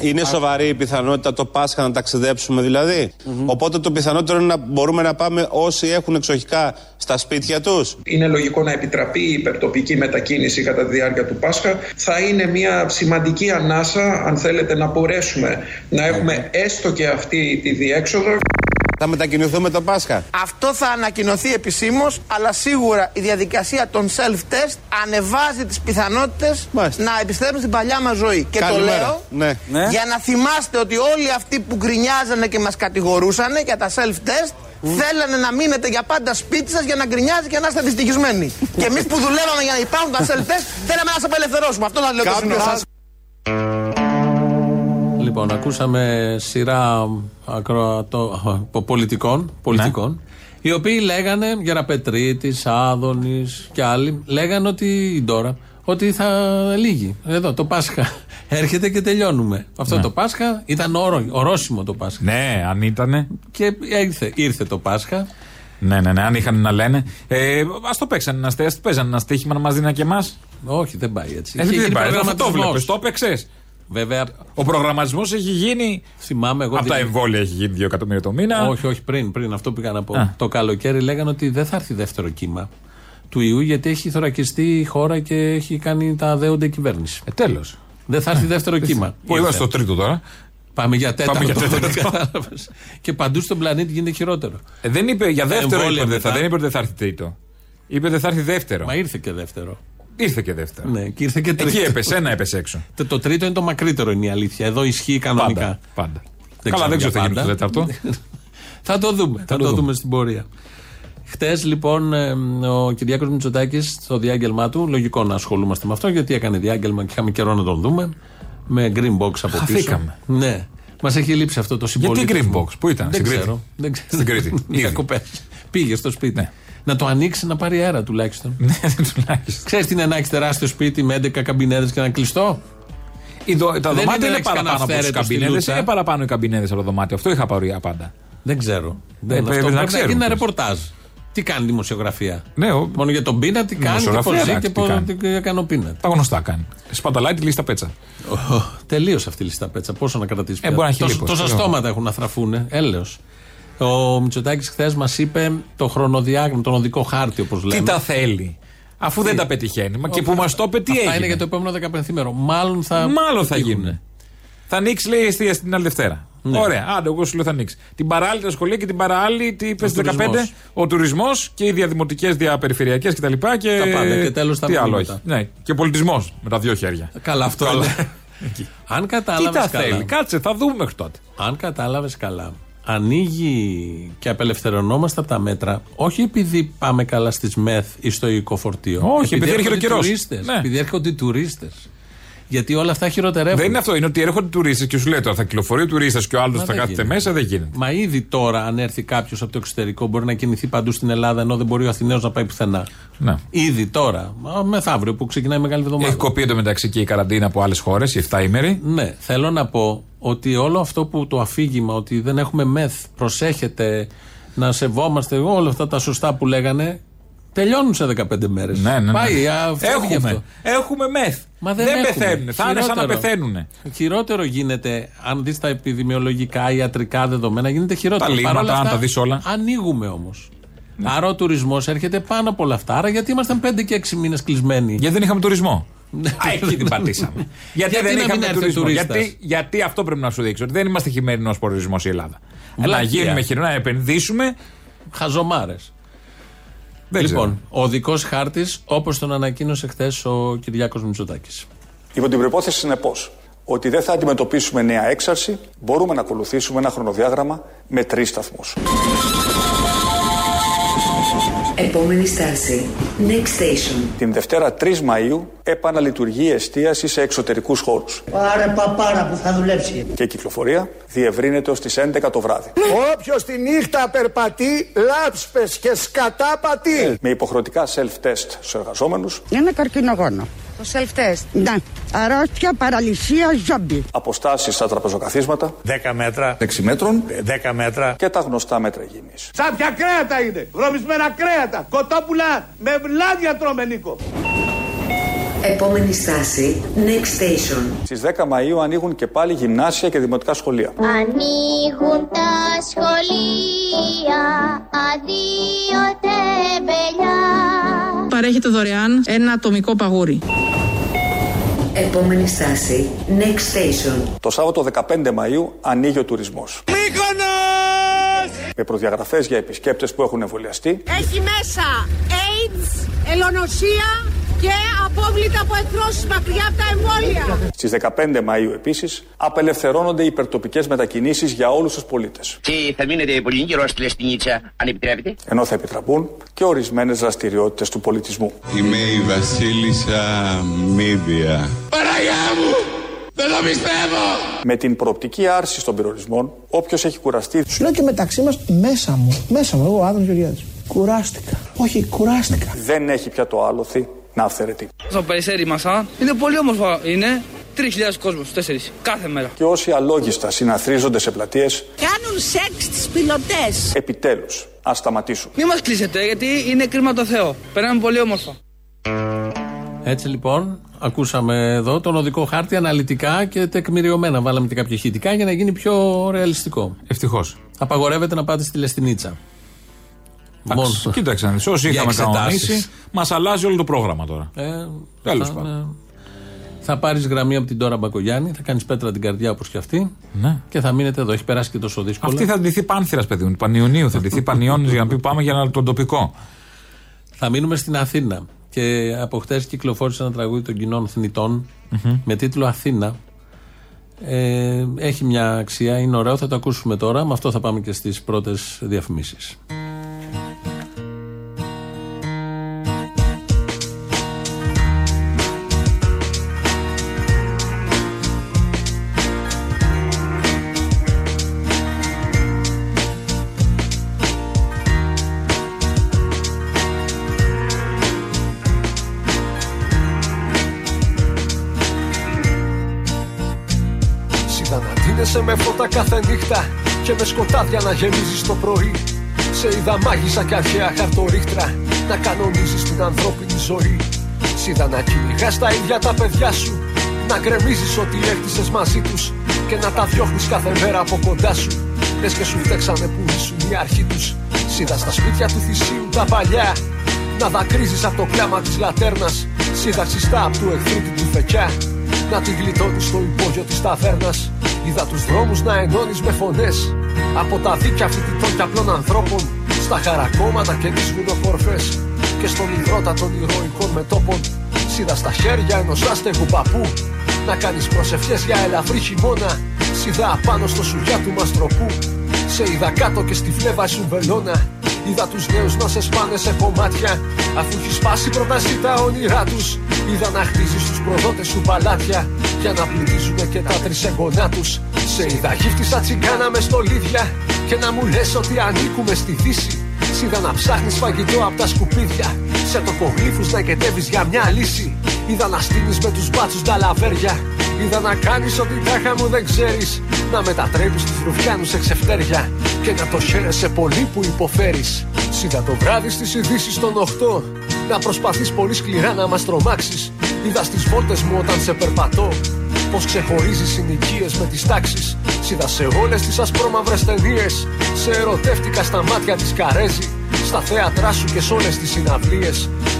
[SPEAKER 9] Είναι σοβαρή η πιθανότητα το Πάσχα να ταξιδέψουμε δηλαδή. Οπότε το πιθανότερο είναι να μπορούμε να πάμε όσοι έχουν εξοχικά στα σπίτια τους.
[SPEAKER 10] Είναι λογικό να επιτραπεί η υπερτοπική μετακίνηση κατά τη διάρκεια του Πάσχα. Θα είναι μια σημαντική ανάσα, αν θέλετε, να μπορέσουμε να έχουμε έστω και αυτή τη διέξοδο.
[SPEAKER 9] Θα μετακινηθούμε το Πάσχα.
[SPEAKER 4] Αυτό θα ανακοινωθεί επισήμως, αλλά σίγουρα η διαδικασία των self-test ανεβάζει τις πιθανότητες
[SPEAKER 9] Μάλιστα.
[SPEAKER 4] να επιστρέψουμε στην παλιά μας ζωή. Και
[SPEAKER 9] Καλημέρα.
[SPEAKER 4] το λέω
[SPEAKER 9] Ναι.
[SPEAKER 4] για να θυμάστε ότι όλοι αυτοί που γκρινιάζανε και μας κατηγορούσαν για τα self-test θέλανε να μείνετε για πάντα σπίτι σας για να γκρινιάζει και να είστε δυστυχισμένοι. και εμείς που δουλεύαμε για να υπάρχουν τα self-test θέλαμε να σας απελευθερώσουμε. Αυτό θα λέω το
[SPEAKER 9] Κάποιος
[SPEAKER 4] σύνολο.
[SPEAKER 9] σας-
[SPEAKER 2] Λοιπόν, ακούσαμε σειρά ακροατο, πο- πολιτικών, πολιτικών
[SPEAKER 3] Ναι.
[SPEAKER 2] οι οποίοι λέγανε Γεραπετρίτη, Άδωνη και άλλοι, λέγανε ότι τώρα ότι θα λύγει. Εδώ το Πάσχα έρχεται και τελειώνουμε. Αυτό το Πάσχα ήταν όρο, ορόσημο το Πάσχα.
[SPEAKER 3] Ναι, αν ήτανε.
[SPEAKER 2] Και ήρθε, ήρθε το Πάσχα.
[SPEAKER 3] Ναι, ναι, ναι, αν είχαν να λένε. Ε, Ας το παίξαν ένα τεστ, παίζαν ένα στοίχημα να μας δίνανε και εμάς.
[SPEAKER 2] Όχι, δεν πάει έτσι.
[SPEAKER 3] Ε,
[SPEAKER 2] Είχε
[SPEAKER 3] δεν
[SPEAKER 2] γίνει
[SPEAKER 3] πάει, αυτό το
[SPEAKER 2] προγραμματισμός.
[SPEAKER 3] βλέπεις, το έπαιξες.
[SPEAKER 2] Βέβαια,
[SPEAKER 3] Ο προγραμματισμός έχει γίνει.
[SPEAKER 2] θυμάμαι εγώ.
[SPEAKER 3] Από
[SPEAKER 2] την-
[SPEAKER 3] τα εμβόλια έχει γίνει 2 εκατομμύρια το μήνα.
[SPEAKER 2] Όχι, όχι, πριν, πριν αυτό πήγα να πω.
[SPEAKER 3] Α.
[SPEAKER 2] Το καλοκαίρι λέγανε ότι δεν θα έρθει δεύτερο κύμα του ιού γιατί έχει θωρακιστεί η χώρα και έχει κάνει τα δέοντα η κυβέρνηση.
[SPEAKER 3] Ε, τέλος.
[SPEAKER 2] Δεν θα έρθει δεύτερο κύμα.
[SPEAKER 3] Που
[SPEAKER 2] Ήρθε.
[SPEAKER 3] είμαστε στο τρίτο τώρα.
[SPEAKER 2] Πάμε για τέταρτο.
[SPEAKER 3] Πάμε για τέταρτο.
[SPEAKER 2] κατάλαβες. και παντού στον πλανήτη γίνεται χειρότερο.
[SPEAKER 3] Ε, δεν είπε για δεύτερο,
[SPEAKER 2] εμβόλια
[SPEAKER 3] είπε, ότι δεν θα,
[SPEAKER 2] μετά.
[SPEAKER 3] δεν είπε ότι δεν θα έρθει τρίτο. Είπε ότι δεν θα έρθει δεύτερο.
[SPEAKER 2] Μα ήρθε και δεύτερο.
[SPEAKER 3] Ήρθε και δεύτερο.
[SPEAKER 2] Ναι, και ήρθε και τρίτο.
[SPEAKER 3] Εκεί έπεσε, ένα έπεσε έξω.
[SPEAKER 2] Το, το τρίτο είναι το μακρύτερο, είναι η αλήθεια. Εδώ ισχύει κανονικά.
[SPEAKER 3] Πάντα. πάντα.
[SPEAKER 2] Δεν
[SPEAKER 3] Καλά, δεν
[SPEAKER 2] για
[SPEAKER 3] ξέρω τι θα γίνει
[SPEAKER 2] πάντα.
[SPEAKER 3] στο τέταρτο.
[SPEAKER 2] θα το δούμε. Θα, το,
[SPEAKER 3] το
[SPEAKER 2] δούμε.
[SPEAKER 3] δούμε.
[SPEAKER 2] στην πορεία. Χτες λοιπόν εμ, ο Κυριάκος Μητσοτάκης στο διάγγελμά του, λογικό να ασχολούμαστε με αυτό, γιατί έκανε διάγγελμα και είχαμε καιρό να τον δούμε. Με green box από πίσω.
[SPEAKER 3] Χαθήκαμε.
[SPEAKER 2] Ναι. Μας έχει λείψει αυτό το
[SPEAKER 3] Γιατί
[SPEAKER 2] συμπολίτη.
[SPEAKER 3] green box, πού ήταν,
[SPEAKER 2] Δεν
[SPEAKER 3] στην Κρήτη.
[SPEAKER 2] ξέρω. Δεν ξέρω.
[SPEAKER 3] Στην Κρήτη.
[SPEAKER 2] Διακοπές.
[SPEAKER 3] Ήδη.
[SPEAKER 2] Πήγε στο σπίτι.
[SPEAKER 3] Ναι.
[SPEAKER 2] Να το ανοίξει να πάρει αέρα τουλάχιστον. Ναι, τουλάχιστον. Ξέρεις τι είναι να έχεις τεράστιο σπίτι με 11 καμπινέδες και ένα κλειστό.
[SPEAKER 3] Η δο- τα
[SPEAKER 2] Δεν είναι
[SPEAKER 3] δωμάτια
[SPEAKER 2] να
[SPEAKER 3] είναι
[SPEAKER 2] έχεις κανένα
[SPEAKER 3] παραπάνω από του
[SPEAKER 2] αυθαίρετο στη
[SPEAKER 3] καμπινέδες.
[SPEAKER 2] λούτσα.
[SPEAKER 3] Είναι παραπάνω οι καμπινέδες από το δωμάτιο. Αυτό είχα παροία πάντα.
[SPEAKER 2] Δεν ξέρω.
[SPEAKER 3] Δεν
[SPEAKER 2] αυτό
[SPEAKER 3] Ε, πρέπει να
[SPEAKER 2] πρέπει να γίνει ένα
[SPEAKER 3] ξέρουμε.
[SPEAKER 2] ρεπορτάζ. Τι κάνει η δημοσιογραφία.
[SPEAKER 3] Ναι, ο-
[SPEAKER 2] Μόνο για τον πείνα, τι κάνει, τι
[SPEAKER 3] Δημοσιογραφία,
[SPEAKER 2] πώς ζει
[SPEAKER 3] εντάξει,
[SPEAKER 2] και
[SPEAKER 3] τι
[SPEAKER 2] πώς
[SPEAKER 3] κάνει.
[SPEAKER 2] έκανε ο πείνα.
[SPEAKER 3] Τα γνωστά κάνει. Σπαταλάει τη λίστα πέτσα.
[SPEAKER 2] Τελείωσε αυτή η λίστα πέτσα. Πόσο να κρατήσεις
[SPEAKER 3] Ε, μπορεί να έχει
[SPEAKER 2] Τόσα-
[SPEAKER 3] λίπος.
[SPEAKER 2] Τόσα
[SPEAKER 3] Τελείω.
[SPEAKER 2] στόματα έχουν να θραφούν. Έλεος. Ο Μητσοτάκης χθες μας είπε το χρονοδιάγραμμα, τον οδικό χάρτη, όπως λέμε.
[SPEAKER 3] Τι τα θέλει. Αφού δεν τα πετυχαίνει. Μα και που μας το είπε, τι
[SPEAKER 2] Αυτά
[SPEAKER 3] έγινε.
[SPEAKER 2] είναι για το επόμενο 15 μέρο. Μάλλον θα.
[SPEAKER 3] Μάλλον θα
[SPEAKER 2] πετύχουν.
[SPEAKER 3] γίνουν. Θα ανοίξει, λέει, η εστία την άλλη Δευτέρα.
[SPEAKER 2] Ναι.
[SPEAKER 3] Ωραία, άντε, εγώ σου λέω θα ανοίξει. Την παράλληλη τα σχολεία και την παράλληλη, τι είπες στι 15,
[SPEAKER 2] τουρισμός.
[SPEAKER 3] ο τουρισμός και οι διαδημοτικές, διαπεριφερειακές κτλ. Και...
[SPEAKER 2] Τα πάντα. Και τέλος τα
[SPEAKER 3] τι άλλο
[SPEAKER 2] μηνύματα.
[SPEAKER 3] έχει. Ναι, και πολιτισμός με τα δύο χέρια.
[SPEAKER 2] Καλά, αυτό. είναι. Αν
[SPEAKER 3] Τι
[SPEAKER 2] κατάλαβε
[SPEAKER 3] τα
[SPEAKER 2] καλά.
[SPEAKER 3] θέλει, κάτσε, θα δούμε μέχρι τότε.
[SPEAKER 2] Αν κατάλαβες καλά, ανοίγει και απελευθερωνόμαστε από τα μέτρα, όχι επειδή πάμε καλά στις ΜΕΘ ή στο οικοφορτίο.
[SPEAKER 3] Όχι, επειδή έρχεται ο
[SPEAKER 2] έρχονται οι
[SPEAKER 3] καιρός.
[SPEAKER 2] τουρίστες,
[SPEAKER 3] Ναι.
[SPEAKER 2] Επειδή έρχονται οι τουρίστες. Γιατί όλα αυτά χειροτερεύουν.
[SPEAKER 3] Δεν είναι αυτό, είναι ότι έρχονται τουρίστες και σου λέει τώρα θα κυκλοφορεί ο τουρίστας και ο άλλος
[SPEAKER 2] Μα
[SPEAKER 3] θα
[SPEAKER 2] δεν
[SPEAKER 3] κάθεται
[SPEAKER 2] γίνεται.
[SPEAKER 3] μέσα, δεν γίνεται.
[SPEAKER 2] Μα ήδη τώρα, αν έρθει κάποιος από το εξωτερικό, μπορεί να κινηθεί παντού στην Ελλάδα ενώ δεν μπορεί ο Αθηναίος να πάει πουθενά.
[SPEAKER 3] Ναι.
[SPEAKER 2] Ήδη τώρα, μα μεθαύριο που ξεκινάει η μεγάλη εβδομάδα.
[SPEAKER 3] Έχει κοπεί εντωμεταξύ και η καραντίνα από άλλες χώρες, η 7 ημέρη.
[SPEAKER 2] Ναι, θέλω να πω ότι όλο αυτό που το αφήγημα ότι δεν έχουμε μεθ, προσέχετε, να σεβόμαστε, όλα αυτά τα σωστά που λέγανε, τελειώνουν σε 15 μέρες.
[SPEAKER 3] Ναι, ναι, ναι.
[SPEAKER 2] Πάει, α, φεύγει
[SPEAKER 3] έχουμε,
[SPEAKER 2] αυτό.
[SPEAKER 3] έχουμε μεθ.
[SPEAKER 2] Μα δεν, έχουμε.
[SPEAKER 3] πεθαίνουν. Θα είναι σαν να
[SPEAKER 2] Χειρότερο.
[SPEAKER 3] πεθαίνουν.
[SPEAKER 2] Χειρότερο γίνεται, αν δεις τα επιδημιολογικά, ιατρικά δεδομένα, γίνεται χειρότερο.
[SPEAKER 3] Τα λίμματα,
[SPEAKER 2] Παρ' όλα
[SPEAKER 3] αν
[SPEAKER 2] αυτά,
[SPEAKER 3] τα δεις όλα. Ναι.
[SPEAKER 2] Ανοίγουμε όμως. Άρα ο τουρισμός έρχεται πάνω από όλα αυτά. Άρα γιατί ήμασταν 5 και 6 μήνες κλεισμένοι.
[SPEAKER 3] Γιατί δεν είχαμε τουρισμό. Α, εκεί την πατήσαμε. γιατί,
[SPEAKER 2] Ναι. Γιατί να
[SPEAKER 3] δεν
[SPEAKER 2] μην
[SPEAKER 3] είχαμε
[SPEAKER 2] έρθει ο
[SPEAKER 3] τουρισμό.
[SPEAKER 2] τουρίστας.
[SPEAKER 3] Γιατί, γιατί αυτό πρέπει να σου δείξω. Ότι δεν είμαστε χειμερινός προορισμό η Ελλάδα.
[SPEAKER 2] Βλακεία.
[SPEAKER 3] να γίνουμε χειμερινό, να επενδύσουμε.
[SPEAKER 2] Χαζομάρες.
[SPEAKER 3] Δεν
[SPEAKER 2] λοιπόν,
[SPEAKER 3] ξέρω.
[SPEAKER 2] ο οδικό χάρτης, όπως τον ανακοίνωσε χθες ο Κυριάκος Μητσοτάκης.
[SPEAKER 1] Υπό την προπόθεση, συνεπώς, ότι δεν θα αντιμετωπίσουμε νέα έξαρση, μπορούμε να ακολουθήσουμε ένα χρονοδιάγραμμα με τρεις σταθμούς.
[SPEAKER 11] Επόμενη στάση. Next station.
[SPEAKER 1] Την Δευτέρα 3 Μαου επαναλειτουργεί η εστίαση σε εξωτερικούς χώρους.
[SPEAKER 4] Πάρε παπάρα που θα δουλέψει.
[SPEAKER 1] Και η κυκλοφορία διευρύνεται ως τις 11 το βράδυ.
[SPEAKER 12] Όποιος τη νύχτα περπατεί, λάψπες και σκατά πατεί.
[SPEAKER 1] Με υποχρεωτικά self-test στους εργαζόμενους,
[SPEAKER 13] Είναι καρκινογόνο. Το self-test. Ναι. Αρρώστια, παραλυσία, ζόμπι.
[SPEAKER 1] αποστάσεις στα τραπεζοκαθίσματα. 10 μέτρα. 6 μέτρων. 10 μέτρα. Και τα γνωστά μέτρα υγιεινής.
[SPEAKER 9] Σάπια κρέατα είναι. Βρωμισμένα κρέατα. Κοτόπουλα με βλάδια τρώμε, Νίκο.
[SPEAKER 11] Επόμενη στάση. Next station.
[SPEAKER 1] Στις 10 Μαου ανοίγουν και πάλι γυμνάσια και δημοτικά σχολεία.
[SPEAKER 14] Ανοίγουν τα σχολεία, αδείο τεμπελιά.
[SPEAKER 15] Παρέχεται δωρεάν ένα ατομικό παγούρι.
[SPEAKER 11] Επόμενη στάση. Next station.
[SPEAKER 1] Το Σάββατο 15 Μαΐου ανοίγει ο τουρισμός. Με Ε, προδιαγραφές για επισκέπτες που έχουν εμβολιαστεί,
[SPEAKER 16] Έχει μέσα AIDS, ελονοσία και απόβλητα από εχθρώσεις μακριά από τα εμβόλια.
[SPEAKER 1] στις 15 Μαΐου επίσης απελευθερώνονται οι υπερτοπικές μετακινήσεις για όλους τους πολίτες.
[SPEAKER 17] Και θα μείνετε πολύ καιρό στη Λεστινίτσα, αν επιτρέπετε.
[SPEAKER 1] Ενώ θα επιτραπούν και ορισμένες δραστηριότητες του πολιτισμού.
[SPEAKER 18] Είμαι η Βασίλισσα Μίδια.
[SPEAKER 19] Παναγιά μου! Δεν το πιστεύω!
[SPEAKER 1] Με την προοπτική άρσης των περιορισμών, όποιος έχει κουραστεί
[SPEAKER 20] Σου λέω και μεταξύ μας, μέσα μου, μέσα μου, εγώ, ο Άδωνη Γεωργιάδης. Κουράστηκα. Όχι, κουράστηκα.
[SPEAKER 1] δεν έχει πια το άλοθη να αυθαιρετεί.
[SPEAKER 21] Στο Περιστέρι μας, α. Είναι πολύ όμορφα. Είναι 3.000 κόσμος, 4. Κάθε μέρα.
[SPEAKER 1] Και όσοι αλόγιστα συναθρίζονται σε πλατείες,
[SPEAKER 16] Κάνουν σεξ τις πιλωτές.
[SPEAKER 1] επιτέλους ας σταματήσουν.
[SPEAKER 21] Μην μας κλείσετε, γιατί είναι κρίμα το Θεό. Περάμε πολύ όμορφα.
[SPEAKER 2] Έτσι λοιπόν, ακούσαμε εδώ τον οδικό χάρτη αναλυτικά και τεκμηριωμένα. Βάλαμε και κάποια ηχητικά για να γίνει πιο ρεαλιστικό.
[SPEAKER 3] Ευτυχώς.
[SPEAKER 2] Απαγορεύεται να πάτε στη Λεστινίτσα. Μόνο.
[SPEAKER 3] Εντάξει, Κοίταξε να δεις. Όσοι
[SPEAKER 2] Για
[SPEAKER 3] είχαμε
[SPEAKER 2] εξετάσεις.
[SPEAKER 3] κανονίσει, μας αλλάζει όλο το πρόγραμμα τώρα.
[SPEAKER 2] Ε,
[SPEAKER 3] Τέλος
[SPEAKER 2] θα-
[SPEAKER 3] πάντων.
[SPEAKER 2] Θα πάρεις γραμμή από την Τώρα Μπακογιάννη, θα κάνεις πέτρα την καρδιά όπως και αυτή
[SPEAKER 3] Ναι.
[SPEAKER 2] και θα μείνετε εδώ. Έχει περάσει και τόσο δύσκολο.
[SPEAKER 3] Αυτή θα ντυθεί πάνθυρας, παιδί μου. Πανιωνίου θα ντυθεί πανιόνι για να πει πάμε για να- τον τοπικό.
[SPEAKER 2] Θα μείνουμε στην Αθήνα. Και από χτες κυκλοφόρησε ένα τραγούδι των κοινών θνητών
[SPEAKER 3] Μμμ.
[SPEAKER 2] με τίτλο Αθήνα. Ε, έχει μια αξία, είναι ωραίο, θα το ακούσουμε τώρα. Με αυτό θα πάμε και στις πρώτες διαφημίσεις.
[SPEAKER 22] Έδωσε με φώτα κάθε νύχτα και με σκοτάδια να γεμίζεις το πρωί. Σε είδα μάγισσα και αρχαία χαρτορίχτρα να κανονίζεις την ανθρώπινη ζωή. Σ' είδα να κυνηγάς τα ίδια τα παιδιά σου να γκρεμίζεις ό,τι έκτισες μαζί τους και να τα διώχνεις κάθε μέρα από κοντά σου. Λες και σου φταίξανε που ήσουν η αρχή τους. Σ' είδα στα σπίτια του θυσίου τα παλιά να δακρύζεις από το κλάμα της λατέρνας Σύνταξιστά απ' του εχθρού την τουφεκιά Να τη γλιτώνεις στο υπόγειο της ταβέρνας Είδα τους δρόμους να ενώνεις με φωνές Από τα δίκια φοιτητών και απλών ανθρώπων Στα χαρακόμματα και τις γουνοκορφές Και στον υγρότα των ηρωικών μετόπων Σίδα στα χέρια ενός άστεγου παππού Να κάνεις προσευχές για ελαφρύ χειμώνα Σίδα απάνω στο σουγιά του μαστροπού Σε είδα κάτω και στη φλέβα σου βελόνα Είδα τους νέους να σε σπάνε σε κομμάτια. Αφού έχεις σπάσει πρώτα εσύ τα όνειρά τους. Είδα να χτίζεις τους προδότες σου παλάτια. Για να πλουτίζουν και τα τρισεγγονά τους. Σε είδα γύφτισα τσιγκάνα μες στολίδια. Και να μου λες ότι ανήκουμε στη δύση. Σ' είδα να ψάχνεις φαγητό από τα σκουπίδια. Σε τοκογλύφου να κετεύει για μια λύση. Είδα να στείνεις με τους μπάτσους τα λαβέρια. Είδα να κάνεις ό,τι τάχα μου δεν ξέρεις. Να μετατρέπεις του ρουφιάνου σε ξεφτέρια. Και να το χαίρεσαι πολύ που υποφέρεις. Σίδα το βράδυ στις ειδήσεις των 8. Να προσπαθείς πολύ σκληρά να μας τρομάξεις. Είδα στις βόλτες μου όταν σε περπατώ. Πώς ξεχωρίζεις συνοικίες με τις τάξεις. Σίδα σε όλες τις ασπρόμαυρες ταινίες. Σε ερωτεύτηκα στα μάτια της Καρέζη. Στα θέατρά σου και σε όλες τις συναυλίες.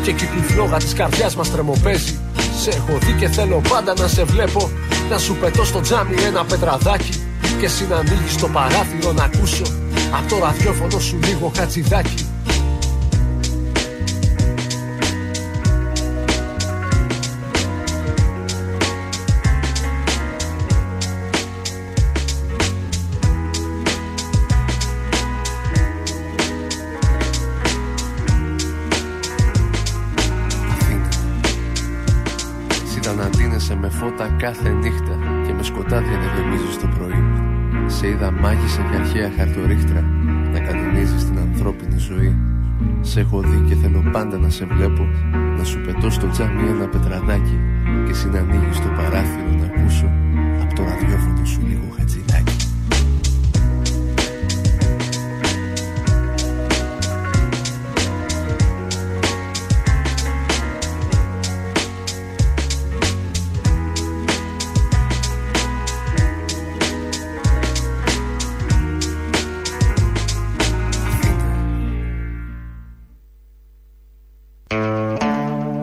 [SPEAKER 22] Και εκεί τη φλόγα τη καρδιά μα τρεμοπέζει. Σε έχω δει και θέλω πάντα να σε βλέπω Να σου πετώ στο τζάμι ένα πετραδάκι Και εσύ να ανοίγεις το παράθυρο να ακούσω Απ' το ραδιόφωνο σου λίγο χατζηδάκι
[SPEAKER 23] Ήταν να ντύνεσαι με φώτα κάθε νύχτα και με σκοτάδια να γεμίζεις το πρωί. Σε είδα μάγισσα και αρχαία χαρτορίχτρα να κανονίζεις την ανθρώπινη ζωή. Σε έχω δει και θέλω πάντα να σε βλέπω να σου πετώ στο τζάμι ένα πετραδάκι και εσύ να ανοίγεις το παράθυρο να ακούσω από το ραδιόφωνο σου λίγο χατζηδάκι.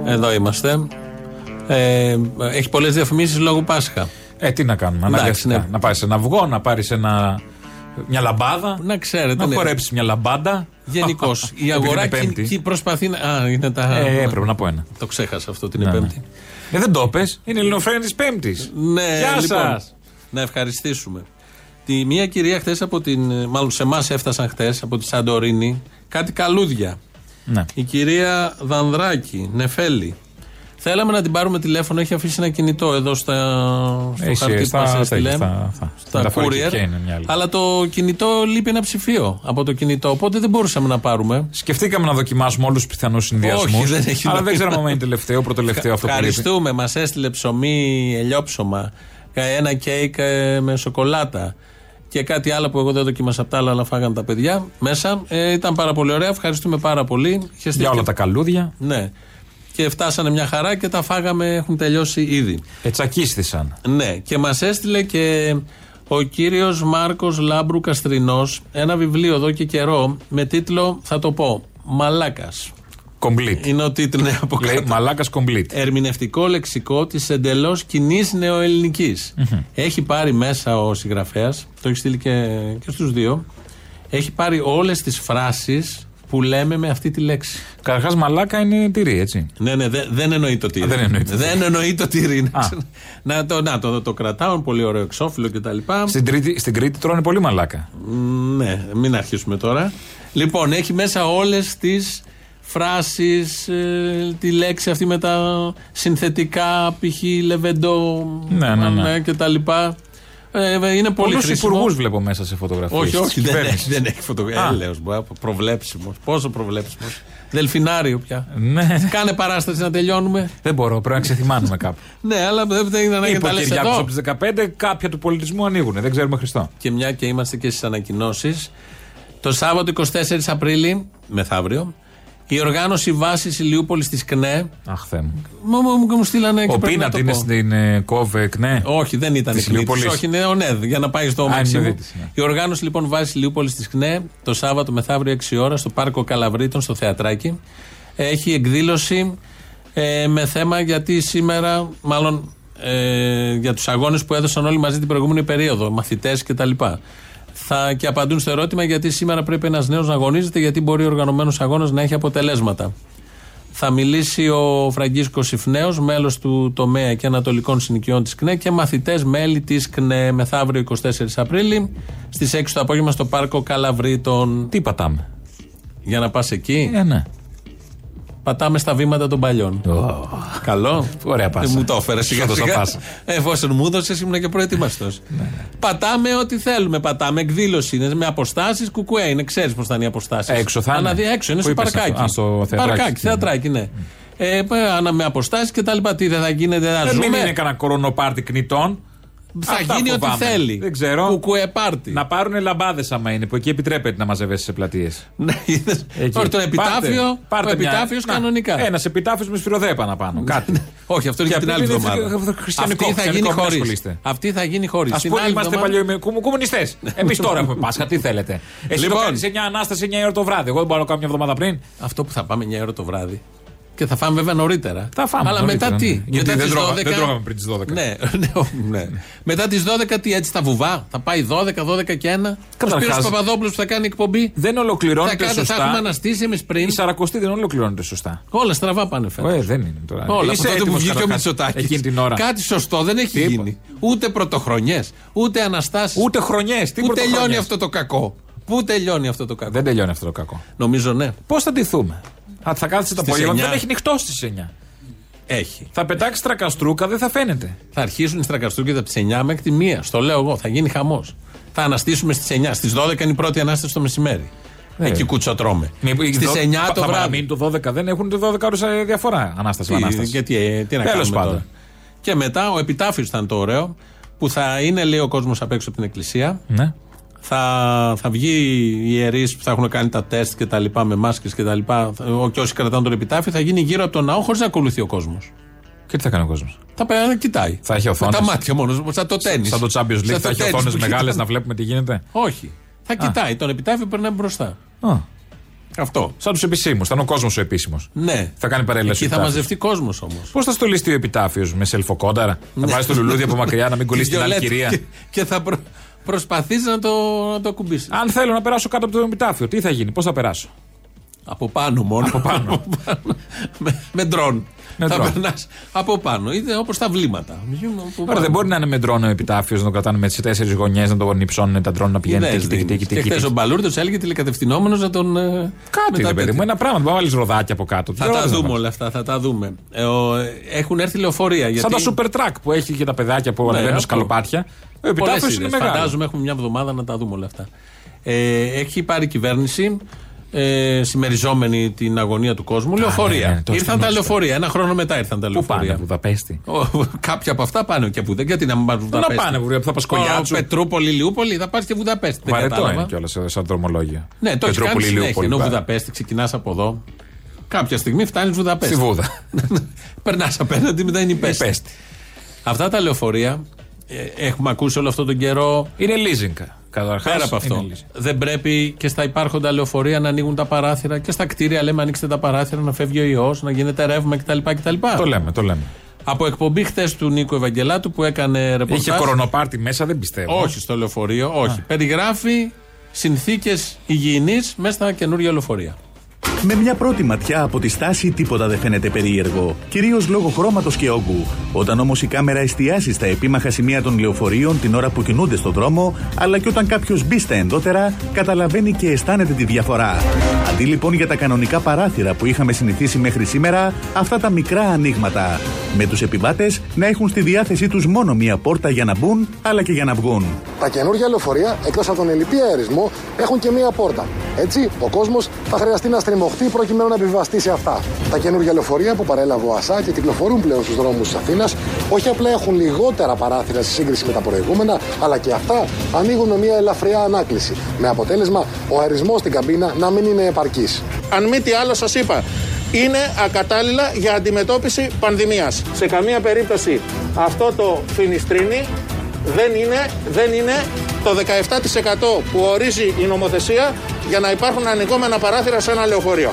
[SPEAKER 2] Εδώ είμαστε. Ε, έχει πολλές διαφημίσεις λόγω Πάσχα.
[SPEAKER 3] Ε, τι να κάνουμε,
[SPEAKER 2] Εντάξει,
[SPEAKER 3] αναγκαστικά.
[SPEAKER 2] ναι.
[SPEAKER 3] Να πάρεις ένα αυγό, να πάρεις ένα. Μια λαμπάδα.
[SPEAKER 2] Να ξέρετε.
[SPEAKER 3] Να
[SPEAKER 2] ναι.
[SPEAKER 3] χορέψεις μια λαμπάντα.
[SPEAKER 2] Γενικώς. Η
[SPEAKER 3] Επειδή
[SPEAKER 2] αγορά
[SPEAKER 3] είναι
[SPEAKER 2] κι-
[SPEAKER 3] Πέμπτη.
[SPEAKER 2] κι προσπαθεί να. Α, είναι τα.
[SPEAKER 3] Ε, έπρεπε να πω ένα.
[SPEAKER 2] Το ξέχασα αυτό την
[SPEAKER 3] Ναι, ναι.
[SPEAKER 2] Πέμπτη.
[SPEAKER 3] Ε, δεν το πε. Είναι η Ελληνοφρένη της Πέμπτης.
[SPEAKER 2] Ναι,
[SPEAKER 3] Γεια
[SPEAKER 2] λοιπόν,
[SPEAKER 3] σας.
[SPEAKER 2] Να ευχαριστήσουμε. Τη μία κυρία χθες από την. ε, Μάλλον σε εμάς έφτασαν χθες από τη Σαντορίνη κάτι καλούδια.
[SPEAKER 3] Ναι.
[SPEAKER 2] Η κυρία Δανδράκη, Νεφέλη. Θέλαμε να την πάρουμε τηλέφωνο, έχει αφήσει ένα κινητό εδώ στα, στο
[SPEAKER 3] Έχει,
[SPEAKER 2] χαρτί
[SPEAKER 3] στα-
[SPEAKER 2] που μας
[SPEAKER 3] στα-
[SPEAKER 2] έστειλε.
[SPEAKER 3] στα- αυτά.
[SPEAKER 2] Στα
[SPEAKER 3] Μεταφορική
[SPEAKER 2] courier.
[SPEAKER 3] ποια είναι, μια άλλη.
[SPEAKER 2] Αλλά το κινητό λείπει ένα ψηφίο από το κινητό, οπότε δεν μπορούσαμε να πάρουμε.
[SPEAKER 3] Σκεφτήκαμε να δοκιμάσουμε όλους τους πιθανούς συνδυασμού.
[SPEAKER 2] Όχι, δεν έχει
[SPEAKER 3] Αλλά
[SPEAKER 2] νόημα.
[SPEAKER 3] δεν ξέραμε αν είναι τελευταίο, πρωτοτελευταίο αυτό που λείπει.
[SPEAKER 2] Ευχαριστούμε. Μας έστειλε ψωμί, ελιόψωμα, ε, ένα κέικ ε, με σοκολάτα και κάτι άλλο που εγώ δεν δοκίμασα απ' τα άλλα, αλλά φάγανε τα παιδιά μέσα. Ε, ήταν πάρα πολύ ωραία. Ευχαριστούμε πάρα πολύ. Είχε στείλει
[SPEAKER 3] Για όλα
[SPEAKER 2] και-
[SPEAKER 3] τα καλούδια.
[SPEAKER 2] Ναι. Και φτάσανε μια χαρά και τα φάγαμε, έχουν τελειώσει ήδη.
[SPEAKER 3] Ετσακίστησαν.
[SPEAKER 2] Ναι, και μας έστειλε και ο κύριος Μάρκος Λάμπρου Καστρινός ένα βιβλίο εδώ και καιρό με τίτλο Θα το πω. Μαλάκας.
[SPEAKER 3] Complete.
[SPEAKER 2] Είναι ο τίτλος ναι, από
[SPEAKER 3] Λέει
[SPEAKER 2] κάτω. Ε.
[SPEAKER 3] μαλάκα complete.
[SPEAKER 2] Ερμηνευτικό λεξικό της εντελώς κοινής νεοελληνικής. Έχει πάρει μέσα ο συγγραφέας, το έχει στείλει και, και στους δύο. Έχει πάρει όλες τις φράσεις που λέμε με αυτή τη λέξη.
[SPEAKER 3] Καταρχάς, μαλάκα είναι τυρί, έτσι.
[SPEAKER 2] Ναι, ναι, δε- δεν εννοεί το τύρι.
[SPEAKER 3] Α, δεν εννοεί το
[SPEAKER 2] Δεν εννοεί το ναι. τύρι. να ξε- Να το, να, το, το κρατάω, είναι πολύ ωραίο εξώφυλλο κτλ.
[SPEAKER 3] Στην, τρίτη, στην Κρήτη τρώνε πολύ μαλάκα.
[SPEAKER 2] Μ, Ναι, μην αρχίσουμε τώρα. Λοιπόν, έχει μέσα όλες τις φράσεις, ε, τη λέξη αυτή με τα συνθετικά, π.χ. λεβεντό
[SPEAKER 3] Ναι, ναι, ναι.
[SPEAKER 2] και τα λοιπά. Ε, ε, είναι πολύ
[SPEAKER 3] Πολλού
[SPEAKER 2] χρήσιμο.
[SPEAKER 3] υπουργούς βλέπω μέσα σε φωτογραφίες.
[SPEAKER 2] Όχι, όχι, δεν έχει, δεν έχει
[SPEAKER 3] Α.
[SPEAKER 2] φωτογραφία. Έλεος, μπα, προβλέψιμος. Πόσο προβλέψιμος. Δελφινάριο πια.
[SPEAKER 3] Ναι.
[SPEAKER 2] Κάνε παράσταση να τελειώνουμε.
[SPEAKER 3] Δεν μπορώ, πρέπει να ξεθυμάνουμε κάπου.
[SPEAKER 2] Ναι, αλλά δεν δεν είναι ανάγκη να
[SPEAKER 3] Είπε ο
[SPEAKER 2] τα λες
[SPEAKER 3] Κυριάκος
[SPEAKER 2] εδώ.
[SPEAKER 3] από τις 15, κάποια του πολιτισμού ανοίγουν. Δεν ξέρουμε Χριστό.
[SPEAKER 2] Και μια και είμαστε και στις ανακοινώσεις. Το Σάββατο 24 Απρίλη, μεθαύριο, η οργάνωση βάσης Ηλιούπολη της ΚΝΕ.
[SPEAKER 3] Αχ, Θεέ μου.
[SPEAKER 2] Μα μου, μου στείλανε Ε, και
[SPEAKER 3] Ο
[SPEAKER 2] πρέπει να
[SPEAKER 3] Πίνατ
[SPEAKER 2] το
[SPEAKER 3] είναι
[SPEAKER 2] πω.
[SPEAKER 3] στην ε, Κόβε Κνέ.
[SPEAKER 2] Όχι, δεν ήταν
[SPEAKER 3] Της
[SPEAKER 2] η Φιλίππολη.
[SPEAKER 3] Ηλιούπολης.
[SPEAKER 2] Όχι, είναι ο ΝΕΔ. Για να πάει στο
[SPEAKER 3] είναι
[SPEAKER 2] Μαξίμου.
[SPEAKER 3] ο Δίτης, ναι.
[SPEAKER 2] Η οργάνωση λοιπόν βάζει Λιούπολης της ΚΝΕ το Σάββατο μεθαύριο 6 ώρα στο πάρκο Καλαβρίτων στο Θεατράκι. Έχει εκδήλωση ε, με θέμα γιατί σήμερα, μάλλον ε, για τους αγώνες που έδωσαν όλοι μαζί την προηγούμενη περίοδο, μαθητές κτλ. Θα και απαντούν στο ερώτημα γιατί σήμερα πρέπει ένας νέος να αγωνίζεται, γιατί μπορεί ο οργανωμένος αγώνας να έχει αποτελέσματα. Θα μιλήσει ο Φραγκίσκος Ιφνέος, μέλος του τομέα και ανατολικών συνοικιών της ΚΝΕ και μαθητές μέλη της ΚΝΕ μεθαύριο 24 Απρίλη στις 6 το απόγευμα στο πάρκο Καλαβρίτων.
[SPEAKER 3] Τι πατάμε.
[SPEAKER 2] Για να πας εκεί,
[SPEAKER 3] Ε, ναι.
[SPEAKER 2] πατάμε στα βήματα των παλιών. Καλό.
[SPEAKER 3] Ωραία
[SPEAKER 2] Ε,
[SPEAKER 3] πάσα.
[SPEAKER 2] Μου το έφερες σιγά
[SPEAKER 3] Σου δώσα
[SPEAKER 2] σιγά.
[SPEAKER 3] πάσα.
[SPEAKER 2] Εφόσον μου έδωσες, ήμουν και προετοιμαστός.
[SPEAKER 3] Ναι,
[SPEAKER 2] Πατάμε ό,τι θέλουμε. Πατάμε εκδήλωση. Είναι με αποστάσεις κουκουέ. Είναι, ξέρεις πώς θα είναι οι αποστάσεις.
[SPEAKER 3] Έξω θα είναι.
[SPEAKER 2] έξω, είναι
[SPEAKER 3] Πού
[SPEAKER 2] στο
[SPEAKER 3] είπες
[SPEAKER 2] παρκάκι.
[SPEAKER 3] αυτό? Α, στο θεατράκι.
[SPEAKER 2] Παρκάκι, θεατράκι, ναι. Ε, πε, άνα με αποστάσεις και τα λοιπά. Τι δεν θα γίνεται, δεν θα
[SPEAKER 3] Ε,
[SPEAKER 2] ζούμε.
[SPEAKER 3] Μην είναι κανένα κορονοπάρτι κνητών.
[SPEAKER 2] Θα
[SPEAKER 3] Αυτά
[SPEAKER 2] γίνει ό,τι
[SPEAKER 3] φοβάμαι.
[SPEAKER 2] θέλει.
[SPEAKER 3] Δεν ξέρω.
[SPEAKER 2] Κουκουέ πάρτι.
[SPEAKER 3] Να πάρουν λαμπάδες άμα είναι, που εκεί επιτρέπεται να μαζεύεσαι σε πλατείες.
[SPEAKER 2] Ναι, είδες. Τώρα το επιτάφιο, ο επιτάφιος κανονικά. Ναι,
[SPEAKER 3] Ένας επιτάφιος με σφυροδέπανα πάνω. Κάτι.
[SPEAKER 2] Όχι, αυτό είναι για την άλλη
[SPEAKER 3] είναι
[SPEAKER 2] εβδομάδα.
[SPEAKER 3] χριστιανικό,
[SPEAKER 2] Αυτή θα
[SPEAKER 3] χριστιανικό,
[SPEAKER 2] γίνει
[SPEAKER 3] μην
[SPEAKER 2] χωρίς.
[SPEAKER 3] ασχολείστε.
[SPEAKER 2] Αυτή θα γίνει χωρίς.
[SPEAKER 3] Ας πούμε, είμαστε παλιοκομμουνιστέ. Εμείς τώρα έχουμε Πάσχα, τι θέλετε. Εσύ
[SPEAKER 2] Λοιπόν.
[SPEAKER 3] το κάνει 9 ανάσταση 9 ώρα το βράδυ. Εγώ δεν μπορώ να κάνω μια εβδομάδα πριν.
[SPEAKER 2] Αυτό που θα πάμε 9 ώρα το βράδυ. Και θα φάμε βέβαια νωρίτερα.
[SPEAKER 3] Θα φάμε
[SPEAKER 2] Αλλά
[SPEAKER 3] νωρίτερα,
[SPEAKER 2] μετά τι.
[SPEAKER 3] ναι. Γιατί
[SPEAKER 2] μετά
[SPEAKER 3] δεν
[SPEAKER 2] τις
[SPEAKER 3] τρώγα-
[SPEAKER 2] 12,
[SPEAKER 3] δεν τρώγαμε πριν τις 12.
[SPEAKER 2] Ναι, ναι, ο- ναι. μετά τις 12 τι έτσι θα βουβά. Θα πάει 12, 12 και 1. Ο
[SPEAKER 3] Καταρχάς,
[SPEAKER 2] Σπύρος Παπαδόπουλος που θα κάνει εκπομπή.
[SPEAKER 3] Δεν
[SPEAKER 2] θα
[SPEAKER 3] ολοκληρώνεται
[SPEAKER 2] κάνετε, Θα έχουμε
[SPEAKER 3] σωστά.
[SPEAKER 2] αναστήσει εμείς πριν.
[SPEAKER 3] Η Σαρακοστή δεν ολοκληρώνεται σωστά.
[SPEAKER 2] Όλα στραβά πάνε φέτος.
[SPEAKER 3] Ε, δεν είναι τώρα.
[SPEAKER 2] Όλα από τότε που
[SPEAKER 3] έτοιμος,
[SPEAKER 2] βγήκε ο
[SPEAKER 3] καταρχάς,
[SPEAKER 2] Μητσοτάκης.
[SPEAKER 3] Εκείνη την ώρα.
[SPEAKER 2] Κάτι σωστό δεν έχει
[SPEAKER 3] Τίποτα.
[SPEAKER 2] γίνει. Ούτε πρωτοχρονιές, ούτε αναστάσει.
[SPEAKER 3] Ούτε χρονιές, τι
[SPEAKER 2] Πού τελειώνει
[SPEAKER 3] πρωτοχρονιές.
[SPEAKER 2] αυτό το κακό. Πού τελειώνει αυτό το κακό.
[SPEAKER 3] Δεν τελειώνει αυτό το κακό.
[SPEAKER 2] Νομίζω ναι.
[SPEAKER 3] Πώς θα ντυθούμε. Α, θα κάθεσαι το
[SPEAKER 2] Στις
[SPEAKER 3] απόγευμα.
[SPEAKER 2] 9.
[SPEAKER 3] Δεν έχει νυχτό στις 9.
[SPEAKER 2] Έχει.
[SPEAKER 3] Θα πετάξει τρακαστρούκα, δεν θα φαίνεται.
[SPEAKER 2] Θα αρχίσουν οι στρακαστούκια από τις 9 μέχρι τη 1. Στο λέω εγώ, θα γίνει χαμός. Θα αναστήσουμε στις 9. Στι 12 είναι η πρώτη ανάσταση το μεσημέρι.
[SPEAKER 3] Ναι.
[SPEAKER 2] Εκεί κουτσοτρώμε. Στι 9 το
[SPEAKER 3] Θα
[SPEAKER 2] βράδυ.
[SPEAKER 3] παραμείνει το 12, δεν έχουν το 12 ώρε διαφορά. Ανάσταση. με
[SPEAKER 2] Τι,
[SPEAKER 3] ανάσταση.
[SPEAKER 2] γιατί, ε, τι
[SPEAKER 3] Τέλος
[SPEAKER 2] να κάνουμε
[SPEAKER 3] πάντων.
[SPEAKER 2] τώρα. Και μετά ο επιτάφιος ήταν το ωραίο που θα είναι, λέει ο κόσμος απ' έξω από την εκκλησία.
[SPEAKER 3] Ναι.
[SPEAKER 2] Θα, θα βγει οι ιερείς που θα έχουν κάνει τα τεστ και τα λοιπά με μάσκες και τα λοιπά. ο- Και όσοι κρατάνε τον επιτάφιο θα γίνει γύρω από τον ναό χωρίς να ακολουθεί ο κόσμος.
[SPEAKER 3] Και τι θα κάνει ο κόσμος.
[SPEAKER 2] Θα πάει να κοιτάει.
[SPEAKER 3] Θα έχει
[SPEAKER 2] Με
[SPEAKER 3] οθόνες.
[SPEAKER 2] τα μάτια μόνος, σαν το τέννη.
[SPEAKER 3] Σαν το Champions League θα έχει οθόνε μεγάλε να βλέπουμε τι γίνεται.
[SPEAKER 2] Όχι. Θα κοιτάει. Τον επιτάφιο περνάει μπροστά.
[SPEAKER 3] Α,
[SPEAKER 2] Αυτό.
[SPEAKER 3] Σαν τους επισήμους. Θα είναι ο κόσμος ο επίσημος.
[SPEAKER 2] Ναι.
[SPEAKER 3] Θα κάνει παρέλαση.
[SPEAKER 2] Εκεί θα μαζευτεί κόσμος όμως.
[SPEAKER 3] Πώς θα στολιστεί ο επιτάφιος με σελφοκόνταρα.
[SPEAKER 2] Ναι.
[SPEAKER 3] Θα βάλει το λουλούδι από μακριά να μην κολλήσει την άλλη κυρία.
[SPEAKER 2] Και, και θα προ, προσπαθήσει να το, να το ακουμπήσει.
[SPEAKER 3] Αν θέλω να περάσω κάτω από το επιτάφιο, τι θα γίνει, πώς θα περάσω.
[SPEAKER 2] Από πάνω μόνο. Από πάνω. με, με ντρόν.
[SPEAKER 3] Με
[SPEAKER 2] θα
[SPEAKER 3] ντρόν.
[SPEAKER 2] περνάς από πάνω. Είναι όπως τα βλήματα. Από
[SPEAKER 3] Τώρα
[SPEAKER 2] πάνω.
[SPEAKER 3] δεν μπορεί να είναι με ντρόνο ο επιτάφιος, να το κρατάνε με τι τέσσερις γωνιές, να το νυψώνουν τα ντρόν να πηγαίνει.
[SPEAKER 2] Ιδέες
[SPEAKER 3] Τίκι, τίκι,
[SPEAKER 2] δίνεις.
[SPEAKER 3] τίκι,
[SPEAKER 2] Και
[SPEAKER 3] τίκι,
[SPEAKER 2] χθε ο
[SPEAKER 3] τίκι.
[SPEAKER 2] Μπαλούρδος έλεγε τηλεκατευθυνόμενος να τον. ε, μετά
[SPEAKER 3] Κάτι ρε παιδί
[SPEAKER 2] πέτυχε.
[SPEAKER 3] μου, ένα πράγμα. Μπορεί να βάλεις ροδάκι από κάτω.
[SPEAKER 2] Θα
[SPEAKER 3] Δεν
[SPEAKER 2] τα
[SPEAKER 3] μπορείς να
[SPEAKER 2] δούμε
[SPEAKER 3] βάλεις.
[SPEAKER 2] όλα αυτά, θα τα δούμε. Ε, ο- έχουν έρθει λεωφορεία. Γιατί... Ναι,
[SPEAKER 3] Σαν τα σούπερ τρακ που έχει και τα παιδάκια που ανεβαίνουν
[SPEAKER 2] αυτό.
[SPEAKER 3] σκαλοπάτια. Ο επιτάφιο
[SPEAKER 2] Πολλές
[SPEAKER 3] είναι
[SPEAKER 2] ιδέες.
[SPEAKER 3] μεγάλο.
[SPEAKER 2] Φαντάζομαι έχουμε μια εβδομάδα να τα δούμε όλα αυτά. Ε, έχει πάρει η κυβέρνηση ε, συμμεριζόμενη την αγωνία του κόσμου λεωφορεία.
[SPEAKER 3] ναι, ναι, το
[SPEAKER 2] ήρθαν τα
[SPEAKER 3] αισθανόμαστε.
[SPEAKER 2] λεωφορεία. Ένα χρόνο μετά ήρθαν τα
[SPEAKER 3] Πού πάνε,
[SPEAKER 2] λεωφορεία.
[SPEAKER 3] Βουδαπέστη.
[SPEAKER 2] Ο- κάποια από αυτά πάνε και που δεν. Γιατί να μην πάνε Βουδαπέστη.
[SPEAKER 3] πάνε, βρε, θα πας Κολιάτσου.
[SPEAKER 2] Ο Πετρούπολη, Λιούπολη, θα πας και Βουδαπέστη. Δεν
[SPEAKER 3] Βαρετό
[SPEAKER 2] κατάλαβα.
[SPEAKER 3] είναι κιόλας σαν δρομολόγιο.
[SPEAKER 2] Ναι, το έχεις
[SPEAKER 3] Πετρούπολη,
[SPEAKER 2] κάνει συνέχεια.
[SPEAKER 3] Λιούπολη,
[SPEAKER 2] Ενώ
[SPEAKER 3] πάει.
[SPEAKER 2] Βουδαπέστη ξεκινάς από εδώ. Κάποια στιγμή φτάνεις Βουδαπέστη.
[SPEAKER 3] Στη Βούδα.
[SPEAKER 2] Περνάς απέναντι, μετά είναι η Πέστη.
[SPEAKER 3] Πέστη.
[SPEAKER 2] Αυτά τα λεωφορεία ε, έχουμε ακούσει όλο αυτόν τον καιρό.
[SPEAKER 3] Είναι leasing. Καταρχάς.
[SPEAKER 2] Πέρα από αυτό, δεν πρέπει και στα υπάρχοντα λεωφορεία να ανοίγουν τα παράθυρα και στα κτίρια λέμε ανοίξτε τα παράθυρα, να φεύγει ο ιός, να γίνεται ρεύμα κτλ. κτλ.
[SPEAKER 3] Το λέμε, το λέμε.
[SPEAKER 2] Από εκπομπή χθες του Νίκο Ευαγγελάτου που έκανε ρεπορτάζ.
[SPEAKER 3] Είχε κορονοπάρτι μέσα, δεν πιστεύω.
[SPEAKER 2] Όχι στο λεωφορείο, όχι. Περιγράφει συνθήκες υγιεινής μέσα στα καινούργια λεωφορεία.
[SPEAKER 11] Με μια πρώτη ματιά από τη στάση τίποτα δεν φαίνεται περίεργο, κυρίως λόγω χρώματος και όγκου. Όταν όμως η κάμερα εστιάσει στα επίμαχα σημεία των λεωφορείων την ώρα που κινούνται στον δρόμο, αλλά και όταν κάποιος μπει στα ενδότερα, καταλαβαίνει και αισθάνεται τη διαφορά. Αντί λοιπόν για τα κανονικά παράθυρα που είχαμε συνηθίσει μέχρι σήμερα, αυτά τα μικρά ανοίγματα. Με τους επιβάτες να έχουν στη διάθεσή τους μόνο μία πόρτα για να μπουν, αλλά και για να βγουν.
[SPEAKER 24] Τα καινούργια λεωφορεία, εκτός από τον ελληπή αερισμό, έχουν και μία πόρτα. Έτσι, ο κόσμος θα χρειαστεί να στριμωχτεί προκειμένου να επιβιβαστεί σε αυτά. Τα καινούργια λεωφορεία που παρέλαβε ο ΑΣΑ και κυκλοφορούν πλέον στους δρόμους της Αθήνας, όχι απλά έχουν λιγότερα παράθυρα σε σύγκριση με τα προηγούμενα, αλλά και αυτά ανοίγουν με μία ελαφριά ανάκληση. Με αποτέλεσμα, ο αερισμός στην καμπίνα να μην είναι επαρκής.
[SPEAKER 3] Αν μη τι άλλο, σας είπα, είναι ακατάλληλα για αντιμετώπιση πανδημίας. Σε καμία περίπτωση αυτό το φινιστρίνι δεν είναι, δεν είναι το 17% που ορίζει η νομοθεσία για να υπάρχουν ανοιγόμενα παράθυρα σε ένα λεωφορείο.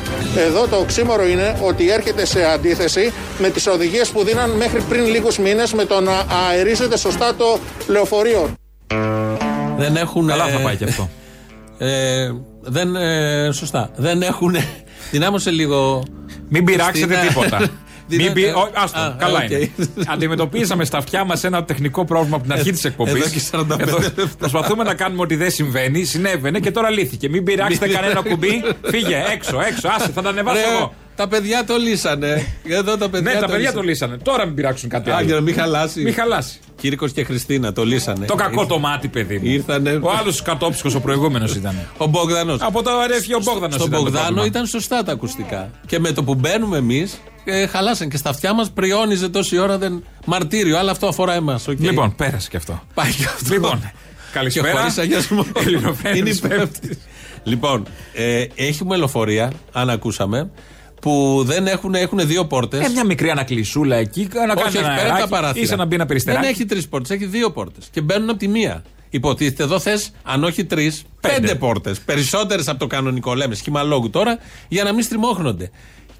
[SPEAKER 3] Εδώ το οξύμορο είναι ότι έρχεται σε αντίθεση με τις οδηγίες που δίναν μέχρι πριν λίγους μήνες με το να αερίζεται σωστά το λεωφορείο.
[SPEAKER 2] Δεν έχουν.
[SPEAKER 25] Καλά θα
[SPEAKER 2] ε,
[SPEAKER 25] πάει και αυτό.
[SPEAKER 2] Ε, δεν, ε, σωστά. Δεν έχουν. Δυνάμωσε λίγο.
[SPEAKER 25] Μην πειράξετε
[SPEAKER 2] Χριστίνα.
[SPEAKER 25] τίποτα. Μην
[SPEAKER 2] Δυνα-
[SPEAKER 25] πει,
[SPEAKER 2] ε,
[SPEAKER 25] ο, άστο,
[SPEAKER 2] α,
[SPEAKER 25] καλά
[SPEAKER 2] οκ.
[SPEAKER 25] είναι. Αντιμετωπίσαμε στα αυτιά μας ένα τεχνικό πρόβλημα από την αρχή της εκπομπή.
[SPEAKER 2] εδώ και 45 λεπτά.
[SPEAKER 25] Προσπαθούμε να κάνουμε ότι δεν συμβαίνει. Συνέβαινε και τώρα λύθηκε. Μην πειράξετε
[SPEAKER 2] Μην-
[SPEAKER 25] κανένα κουμπί. Φύγε έξω, έξω. Άσε, θα τα ανεβάσω
[SPEAKER 2] Ρε,
[SPEAKER 25] εγώ.
[SPEAKER 2] Τα παιδιά το λύσανε. Εδώ τα παιδιά
[SPEAKER 25] Ναι, τα παιδιά
[SPEAKER 2] λύσανε.
[SPEAKER 25] το λύσανε. Τώρα μην πειράξουν κάτι
[SPEAKER 2] Α, για να
[SPEAKER 25] άλλο.
[SPEAKER 2] μην χαλάσει.
[SPEAKER 25] Μην χαλάσει.
[SPEAKER 2] Κύρικος και Χριστίνα το λύσανε.
[SPEAKER 25] Το κακό
[SPEAKER 2] Ήρθ-
[SPEAKER 25] το μάτι, παιδί μου.
[SPEAKER 2] Ήρθανε.
[SPEAKER 25] Ο άλλος κατόψυχος ο προηγούμενος ήταν.
[SPEAKER 2] Ο Μπογδανό.
[SPEAKER 25] Από το αρέφη ο Μπόγδανο.
[SPEAKER 2] Στον Μπογδάνο ήταν σωστά τα ακουστικά. Και με το που μπαίνουμε εμείς, ε, χαλάσαν και στα αυτιά μας πριόνιζε τόση ώρα δεν... μαρτύριο. Αλλά αυτό αφορά εμάς.
[SPEAKER 25] Λοιπόν, πέρασε και αυτό.
[SPEAKER 2] Πάει και αυτό.
[SPEAKER 25] Λοιπόν, καλησπέρα.
[SPEAKER 2] Και χωρίς αγιασμό.
[SPEAKER 25] Ελληνοφρένης
[SPEAKER 2] Είναι η
[SPEAKER 25] Πέμπτης.
[SPEAKER 2] Πέμπτη. λοιπόν, ε, έχουμε λεωφορεία, αν ακούσαμε, που δεν έχουν, έχουν δύο πόρτες.
[SPEAKER 25] Ε, μια μικρή ανακλεισούλα εκεί, να
[SPEAKER 2] Όχι,
[SPEAKER 25] κάνει
[SPEAKER 2] όχι,
[SPEAKER 25] ένα
[SPEAKER 2] πέρα από τα
[SPEAKER 25] αεράκι,
[SPEAKER 2] παράθυρα.
[SPEAKER 25] ίσα να μπει ένα περιστεράκι.
[SPEAKER 2] Δεν έχει τρεις πόρτες, έχει δύο πόρτες. Και μπαίνουν από τη μία. Υποτίθεται εδώ θες, αν όχι τρεις, πέντε, πόρτες. Περισσότερες από το κανονικό, λέμε σχήμα λόγου τώρα, για να μην στριμώχνονται.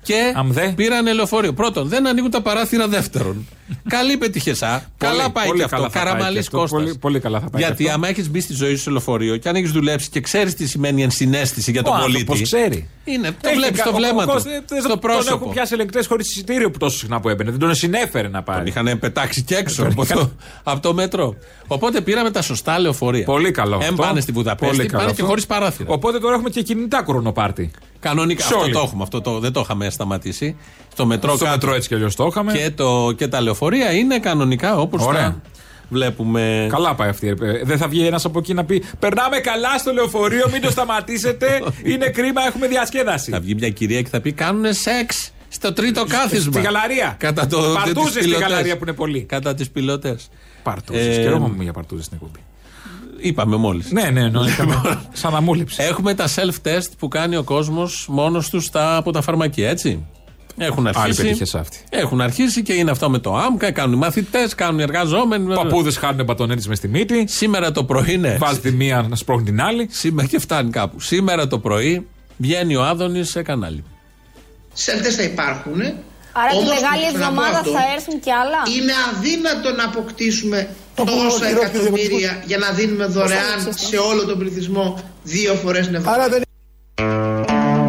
[SPEAKER 2] Και πήραν λεωφορείο. Πρώτον, δεν ανοίγουν τα παράθυρα. Δεύτερον, καλή πετυχεσά. καλά πάει
[SPEAKER 25] πολύ
[SPEAKER 2] και αυτό.
[SPEAKER 25] καλά θα πάει και
[SPEAKER 2] Καραμαλής
[SPEAKER 25] αυτό.
[SPEAKER 2] Κώστας.
[SPEAKER 25] Πολύ- πολύ καλά θα πάει
[SPEAKER 2] Γιατί
[SPEAKER 25] και αυτό.
[SPEAKER 2] άμα έχεις μπει στη ζωή σου στο λεωφορείο και αν έχεις δουλέψει και ξέρεις τι σημαίνει ενσυναίσθηση για τον
[SPEAKER 25] Ο
[SPEAKER 2] πολίτη.
[SPEAKER 25] άνθρωπος ξέρει.
[SPEAKER 2] Είναι, το
[SPEAKER 25] Έχει
[SPEAKER 2] βλέπεις
[SPEAKER 25] κα-
[SPEAKER 2] στο
[SPEAKER 25] ο-
[SPEAKER 2] βλέμμα
[SPEAKER 25] ο
[SPEAKER 2] του.
[SPEAKER 25] Κώστας, ε,
[SPEAKER 2] Στο
[SPEAKER 25] Τον
[SPEAKER 2] πρόσωπο.
[SPEAKER 25] έχουν πιάσει ελεγκτές χωρίς εισιτήριο που τόσο συχνά που έμπαινε. Δεν τον συνέφερε να πάρει.
[SPEAKER 2] Τον είχαν πετάξει και έξω από το, από το μέτρο. Οπότε πήραμε τα σωστά λεωφορεία.
[SPEAKER 25] Πολύ καλό.
[SPEAKER 2] Εν
[SPEAKER 25] αυτό.
[SPEAKER 2] πάνε στη Βουδαπέστη,
[SPEAKER 25] Πολύ
[SPEAKER 2] πάνε
[SPEAKER 25] καλό
[SPEAKER 2] και
[SPEAKER 25] αυτό.
[SPEAKER 2] χωρίς παράθυρα.
[SPEAKER 25] Οπότε τώρα έχουμε και κινητά κορονοπάρτι.
[SPEAKER 2] Κανονικά.
[SPEAKER 25] Σε
[SPEAKER 2] Αυτό
[SPEAKER 25] όλη.
[SPEAKER 2] το έχουμε. Αυτό το, δεν το είχαμε σταματήσει. Στο μετρό,
[SPEAKER 25] Στο
[SPEAKER 2] κάτω.
[SPEAKER 25] μετρό έτσι κι αλλιώς το είχαμε.
[SPEAKER 2] Και, το, και τα λεωφορεία είναι κανονικά όπως τα
[SPEAKER 25] Ωραία.
[SPEAKER 2] βλέπουμε.
[SPEAKER 25] Καλά πάει αυτή. ρε. Δεν θα βγει ένας από εκεί να πει Περνάμε καλά στο λεωφορείο, μην το σταματήσετε. Είναι κρίμα, έχουμε διασκέδαση.
[SPEAKER 2] Θα βγει μια κυρία και θα πει: Κάνουν σεξ στο τρίτο κάθισμα.
[SPEAKER 25] στη γαλαρία.
[SPEAKER 2] Κατά το,
[SPEAKER 25] Παρτούζες
[SPEAKER 2] τις
[SPEAKER 25] στη
[SPEAKER 2] πιλωτές.
[SPEAKER 25] γαλαρία που είναι πολλοί.
[SPEAKER 2] Κατά τις πιλωτές.
[SPEAKER 25] Παρτούζες.
[SPEAKER 2] Ε,
[SPEAKER 25] Χαιρόμαστε για παρτούζες στην εκπομπή.
[SPEAKER 2] Είπαμε μόλις.
[SPEAKER 25] Ναι, ναι, ναι.
[SPEAKER 2] λοιπόν.
[SPEAKER 25] Σαν αμούληψη.
[SPEAKER 2] Έχουμε τα self-test που κάνει ο κόσμος μόνος τους στα- από τα φαρμακεία, έτσι. Έχουν αρχίσει.
[SPEAKER 25] πετύχεσαι αυτή.
[SPEAKER 2] Έχουν αρχίσει και είναι αυτό με το άμκα, κάνουν οι μαθητές, κάνουν οι εργαζόμενοι.
[SPEAKER 25] Παππούδες χάνουν μπατονέτες μες στη μύτη.
[SPEAKER 2] Σήμερα το πρωί είναι.
[SPEAKER 25] Βάζει τη μία να σπρώχνει την άλλη.
[SPEAKER 2] Σήμερα και φτάνει κάπου. Σήμερα το πρωί βγαίνει ο Άδωνης σε κανάλι.
[SPEAKER 4] Σέλτες θα υπάρχουν.
[SPEAKER 26] Άρα τη
[SPEAKER 4] Όμως,
[SPEAKER 26] μεγάλη
[SPEAKER 4] να πω
[SPEAKER 26] εβδομάδα
[SPEAKER 4] αυτό,
[SPEAKER 26] θα έρθουν και άλλα.
[SPEAKER 4] Είναι αδύνατο να αποκτήσουμε
[SPEAKER 26] Το
[SPEAKER 4] τόσα
[SPEAKER 26] πρόεδρο του
[SPEAKER 4] εκατομμύρια
[SPEAKER 26] Δημοτικού.
[SPEAKER 4] για να δίνουμε
[SPEAKER 26] Πώς θα
[SPEAKER 4] δωρεάν
[SPEAKER 26] λήξει
[SPEAKER 4] σε όλο τον πληθυσμό δύο φορές την εβδομάδα.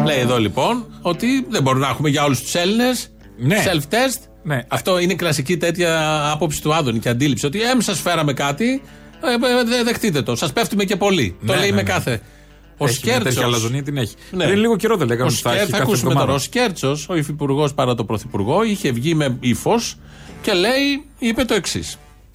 [SPEAKER 2] Λέει εδώ λοιπόν ότι δεν μπορούμε να έχουμε για όλους τους Έλληνες
[SPEAKER 25] Ναι.
[SPEAKER 2] self-test.
[SPEAKER 25] Ναι.
[SPEAKER 2] Αυτό είναι κλασική τέτοια άποψη του Άδωνη και αντίληψη. Ότι εμ σας φέραμε κάτι, ε, ε, δε- δεχτείτε το. Σας πέφτουμε και πολύ. το
[SPEAKER 25] Ναι,
[SPEAKER 2] λέει
[SPEAKER 25] ναι,
[SPEAKER 2] με
[SPEAKER 25] ναι.
[SPEAKER 2] κάθε. Ο
[SPEAKER 25] Έχει μια τέτοια
[SPEAKER 2] Σκέρτσος.
[SPEAKER 25] αλαζονία την έχει.
[SPEAKER 2] Ναι.
[SPEAKER 25] Πριν λίγο καιρό δεν λέγαμε
[SPEAKER 2] Ο
[SPEAKER 25] ότι θα
[SPEAKER 2] Σκέρ-
[SPEAKER 25] έχει
[SPEAKER 2] θα
[SPEAKER 25] κάθε
[SPEAKER 2] ακούσουμε
[SPEAKER 25] εβδομάδα.
[SPEAKER 2] τώρα. Ο Σκέρτσος, ο υφυπουργός παρά το πρωθυπουργό, είχε βγει με ύφος και λέει, είπε το εξής.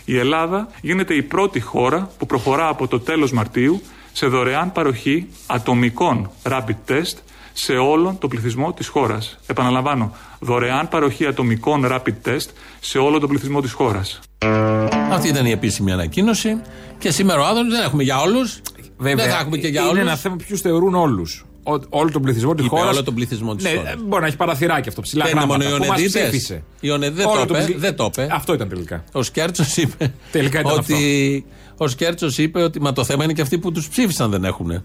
[SPEAKER 1] Η Ελλάδα γίνεται η πρώτη χώρα που προχωρά από το τέλος Μαρτίου σε δωρεάν παροχή ατομικών rapid test σε όλον τον πληθυσμό της χώρας. Επαναλαμβάνω, δωρεάν παροχή ατομικών rapid test σε όλον τον πληθυσμό της χώρας.
[SPEAKER 2] Αυτή ήταν η επίσημη ανακοίνωση. Και σήμερα ο Άδωνης δεν έχουμε για όλους. Δεν θα έχουμε και για
[SPEAKER 25] είναι
[SPEAKER 2] όλους.
[SPEAKER 25] ένα θέμα ποιους θεωρούν όλους. Όλο τον πληθυσμό της
[SPEAKER 2] Είπε
[SPEAKER 25] χώρας.
[SPEAKER 2] όλο τον πληθυσμό της
[SPEAKER 25] ναι,
[SPEAKER 2] χώρας.
[SPEAKER 25] Μπορεί να έχει παραθυράκι αυτό ψηλά.
[SPEAKER 2] Δεν είναι
[SPEAKER 25] γράμματα,
[SPEAKER 2] μόνο οι
[SPEAKER 25] που μας
[SPEAKER 2] Ιωνεδίτες.
[SPEAKER 25] ψήφισε.
[SPEAKER 2] Οι Ιωνεδίτες δεν
[SPEAKER 25] Όλο
[SPEAKER 2] το
[SPEAKER 25] τον
[SPEAKER 2] είπε,
[SPEAKER 25] πληθυ-
[SPEAKER 2] δεν το είπε.
[SPEAKER 25] Αυτό ήταν τελικά.
[SPEAKER 2] Ο Σκέρτσος είπε.
[SPEAKER 25] Τελικά ήταν
[SPEAKER 2] ότι Ο Σκέρτσος είπε ότι μα το θέμα είναι και αυτοί που τους ψήφισαν δεν έχουν.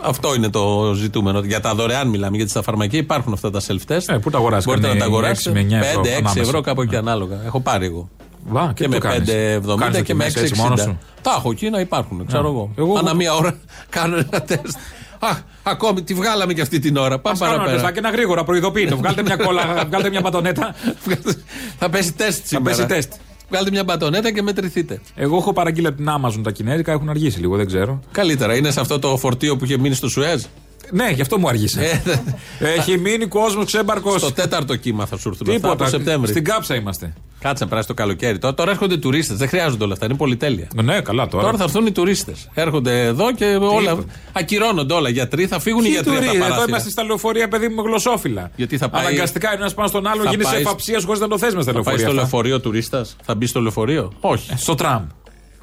[SPEAKER 2] Αυτό είναι το ζητούμενο. Για τα δωρεάν μιλάμε, γιατί στα φαρμακεία υπάρχουν αυτά τα self-test.
[SPEAKER 25] Ε, πού τα αγοράσανε,
[SPEAKER 2] Μπορείτε να τα
[SPEAKER 25] οι
[SPEAKER 2] αγοράσετε.
[SPEAKER 25] 6 με 9 ευρώ
[SPEAKER 2] 5-6
[SPEAKER 25] ανάμεσα.
[SPEAKER 2] ευρώ κάπου εκεί ανάλογα. Έχω πάρει εγώ.
[SPEAKER 25] Βα,
[SPEAKER 2] και,
[SPEAKER 25] και τι
[SPEAKER 2] με
[SPEAKER 25] το κάνεις?
[SPEAKER 2] 5,70
[SPEAKER 25] Κάνεις
[SPEAKER 2] και με
[SPEAKER 25] δοκιμές έτσι μόνος
[SPEAKER 2] 6,60.
[SPEAKER 25] σου?
[SPEAKER 2] Τα έχω εκεί να υπάρχουν, ξέρω
[SPEAKER 25] Ναι.
[SPEAKER 2] εγώ.
[SPEAKER 25] Εγώ-
[SPEAKER 2] Ανά μία ώρα κάνω ένα τεστ. Αχ, ακόμη τη βγάλαμε και αυτή την ώρα. Πάμε
[SPEAKER 3] Ας κάνω ένα
[SPEAKER 2] παραπέρα.
[SPEAKER 3] τεστάκι, ένα γρήγορα, προειδοποιείτε. Βγάλτε μια κόλλα, βγάλτε μια μπατονέτα.
[SPEAKER 2] Θα πέσει τεστ σήμερα.
[SPEAKER 3] πέσει τεστ.
[SPEAKER 2] Βγάλτε μια μπατονέτα και μετρηθείτε.
[SPEAKER 3] Εγώ έχω παραγγείλει από την Amazon τα κινέζικα, έχουν αργήσει λίγο, δεν ξέρω.
[SPEAKER 2] Καλύτερα, είναι σε αυτό το φορτίο που είχε μείνει στο Σουέζ. Ε,
[SPEAKER 3] Ναι, γι' αυτό μου αργήσε. Έχει μείνει κόσμος ξέμπαρκος.
[SPEAKER 2] Στο τέταρτο κύμα θα σου έρθουν αυτά από
[SPEAKER 3] Τίποτα.
[SPEAKER 2] Σεπτέμβρη.
[SPEAKER 3] Στην κάψα είμαστε.
[SPEAKER 2] Κάτσε να περάσει το καλοκαίρι. Τώρα, τώρα έρχονται τουρίστες. Δεν χρειάζονται όλα αυτά. Είναι πολυτέλεια.
[SPEAKER 3] Ναι, καλά τώρα.
[SPEAKER 2] Τώρα θα έρθουν οι τουρίστες. Έρχονται εδώ και όλα. Ακυρώνονται όλα. Γιατροί θα φύγουν οι
[SPEAKER 3] Τι
[SPEAKER 2] γιατροί. από τα
[SPEAKER 3] τουρί, εδώ
[SPEAKER 2] παράθυρα.
[SPEAKER 3] είμαστε στα λεωφορεία, παιδί μου, με γλωσσόφυλλα.
[SPEAKER 2] Γιατί θα πάει-
[SPEAKER 3] Αναγκαστικά είναι ένας πάνω στον άλλο,
[SPEAKER 2] θα
[SPEAKER 3] γίνει σε
[SPEAKER 2] πάει-
[SPEAKER 3] εφαψία χωρίς να το θες με στα
[SPEAKER 2] Θα πάει
[SPEAKER 3] λεωφορεία.
[SPEAKER 2] στο
[SPEAKER 3] αυτά. Ε,
[SPEAKER 2] λεωφορείο τουρίστας. Θα μπει στο λεωφορείο. Όχι.
[SPEAKER 3] Στο τραμ.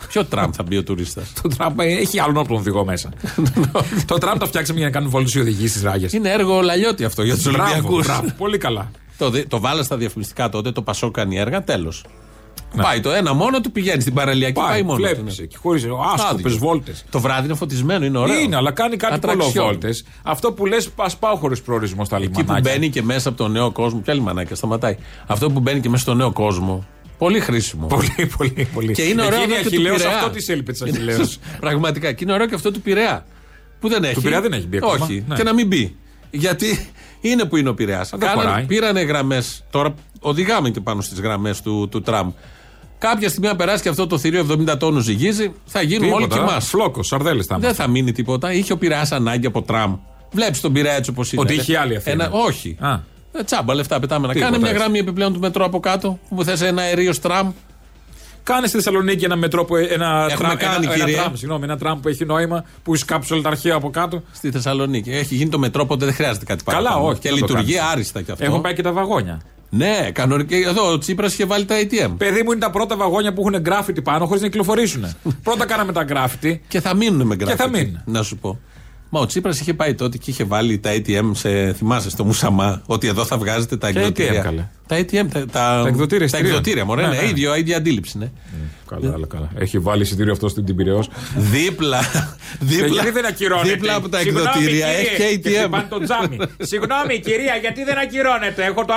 [SPEAKER 2] Ποιο τραμ θα μπει ο τουρίστας.
[SPEAKER 3] Το τραμ ε, έχει άλλον όπλο οδηγό μέσα. το τραμ το φτιάξαμε για να κάνουν βόλτες οι οδηγοί στις ράγες.
[SPEAKER 2] Είναι έργο λαλιώτη αυτό για τους Ολυμπιακού.
[SPEAKER 3] Πολύ καλά.
[SPEAKER 2] Το, δε- το βάλα στα διαφημιστικά τότε, το Πασό κάνει έργα, τέλος. Πάει το ένα μόνο του, πηγαίνει στην παραλιακή, πάει,
[SPEAKER 3] Ναι. Πάει,
[SPEAKER 2] μόνος. του, ναι.
[SPEAKER 3] βλέπει εκεί. Χωρίς άσκοπες
[SPEAKER 2] Άδικο.
[SPEAKER 3] βόλτες.
[SPEAKER 2] Το βράδυ είναι φωτισμένο, είναι ωραίο.
[SPEAKER 3] Είναι, αλλά κάνει κάτι
[SPEAKER 2] Ατραξιόν.
[SPEAKER 3] πολλοβόλτε. Αυτό που λες, ας πάω χωρίς προορισμό στα
[SPEAKER 2] Εκεί που
[SPEAKER 3] λιμανάκια.
[SPEAKER 2] μπαίνει και μέσα από τον νέο κόσμο. Ποια λιμανάκια, σταματάει. Αυτό που μπαίνει και μέσα στον νέο κόσμο. Πολύ χρήσιμο.
[SPEAKER 3] Πολύ, πολύ, πολύ.
[SPEAKER 2] Και είναι ωραίο
[SPEAKER 3] Εκεί
[SPEAKER 2] και
[SPEAKER 3] είναι
[SPEAKER 2] του
[SPEAKER 3] Αχιλέο,
[SPEAKER 2] Πειραιά.
[SPEAKER 3] αυτό της έλειπε της
[SPEAKER 2] Είναι
[SPEAKER 3] Αχιλέο.
[SPEAKER 2] σωστό. Πραγματικά. Και είναι ωραίο και αυτό του Πειραιά. Που δεν έχει.
[SPEAKER 3] Πειραιά δεν έχει μπει ακόμα.
[SPEAKER 2] Όχι.
[SPEAKER 3] Ναι.
[SPEAKER 2] Και να μην μπει. Γιατί είναι που είναι ο Πειραιάς.
[SPEAKER 3] δεν χωράει.
[SPEAKER 2] Πήρανε γραμμές. Τώρα οδηγάμε και πάνω στις γραμμές του, του τραμ. Κάποια στιγμή, αν περάσει και αυτό το θηρίο 70 τόνους ζυγίζει, θα γίνουμε όλοι και εμάς.
[SPEAKER 3] Φλόκος, σαρδέλες τα
[SPEAKER 2] Δεν θα μείνει τίποτα. Είχε ο Πειραιάς ανάγκη από τραμ. Βλέπεις τον Πειραιά έτσι όπως είναι.
[SPEAKER 3] Ότι είχε άλλη Αθήνα.
[SPEAKER 2] Ένα, όχι.
[SPEAKER 3] Α.
[SPEAKER 2] Ε, Τσάμπα λεφτά πετάμε να
[SPEAKER 3] Τίποτα,
[SPEAKER 2] κάνε μια
[SPEAKER 3] έτσι.
[SPEAKER 2] γραμμή επιπλέον του μετρό από κάτω που θες ένα αερίο τραμ.
[SPEAKER 3] Κάνε στη Θεσσαλονίκη ένα μετρό που. Ένα
[SPEAKER 2] Έχουμε
[SPEAKER 3] τραμ,
[SPEAKER 2] κάνει,
[SPEAKER 3] ένα, ένα
[SPEAKER 2] κύριε.
[SPEAKER 3] τραμ, συγγνώμη, ένα τραμ που έχει νόημα, που σκάψει όλα τα αρχεία από κάτω.
[SPEAKER 2] στη Θεσσαλονίκη. Έχει γίνει το μετρό, οπότε δεν χρειάζεται κάτι παραπάνω.
[SPEAKER 3] Καλά, όχι.
[SPEAKER 2] Και
[SPEAKER 3] δεν το
[SPEAKER 2] λειτουργεί
[SPEAKER 3] κάνεις.
[SPEAKER 2] άριστα κι αυτό.
[SPEAKER 3] Έχουν πάει και τα βαγόνια.
[SPEAKER 2] Ναι, κανονικά. Εδώ ο Τσίπρας είχε βάλει τα ATM.
[SPEAKER 3] Παιδί μου είναι τα πρώτα βαγόνια που έχουν γκράφιτι πάνω χωρίς να κυκλοφορήσουν. Πρώτα κάναμε τα γκράφιτι.
[SPEAKER 2] Και θα μείνουν με
[SPEAKER 3] θα
[SPEAKER 2] γκράφιτι.
[SPEAKER 3] μείνουν.
[SPEAKER 2] Να σου πω. Μα ο Τσίπρας είχε πάει τότε και είχε βάλει τα ATM σε. Θυμάσαι στο Μουσαμά ότι εδώ θα βγάζετε τα
[SPEAKER 3] Ποια
[SPEAKER 2] εκδοτήρια.
[SPEAKER 3] ATM, καλέ?
[SPEAKER 2] τα ATM, τα, τα,
[SPEAKER 3] Τα εκδοτήρια
[SPEAKER 2] Τα
[SPEAKER 3] εισιτηρίων.
[SPEAKER 2] εκδοτήρια, μωρέ.
[SPEAKER 3] Ναι,
[SPEAKER 2] Ναι,
[SPEAKER 3] ναι.
[SPEAKER 2] ίδιο, ίδια αντίληψη, ναι.
[SPEAKER 3] Καλά, αλλά καλά. Έχει βάλει εισιτήριο αυτό στην Πυραιό.
[SPEAKER 2] δίπλα. δίπλα,
[SPEAKER 3] Γιατί δεν ακυρώνεται.
[SPEAKER 2] δίπλα από τα
[SPEAKER 3] Συγγνώμη,
[SPEAKER 2] εκδοτήρια
[SPEAKER 3] κύριε.
[SPEAKER 2] έχει
[SPEAKER 3] Και
[SPEAKER 2] και
[SPEAKER 3] χτυπάνε
[SPEAKER 2] ATM.
[SPEAKER 3] το τζάμι. Συγγνώμη, κυρία, γιατί δεν ακυρώνεται. Έχω το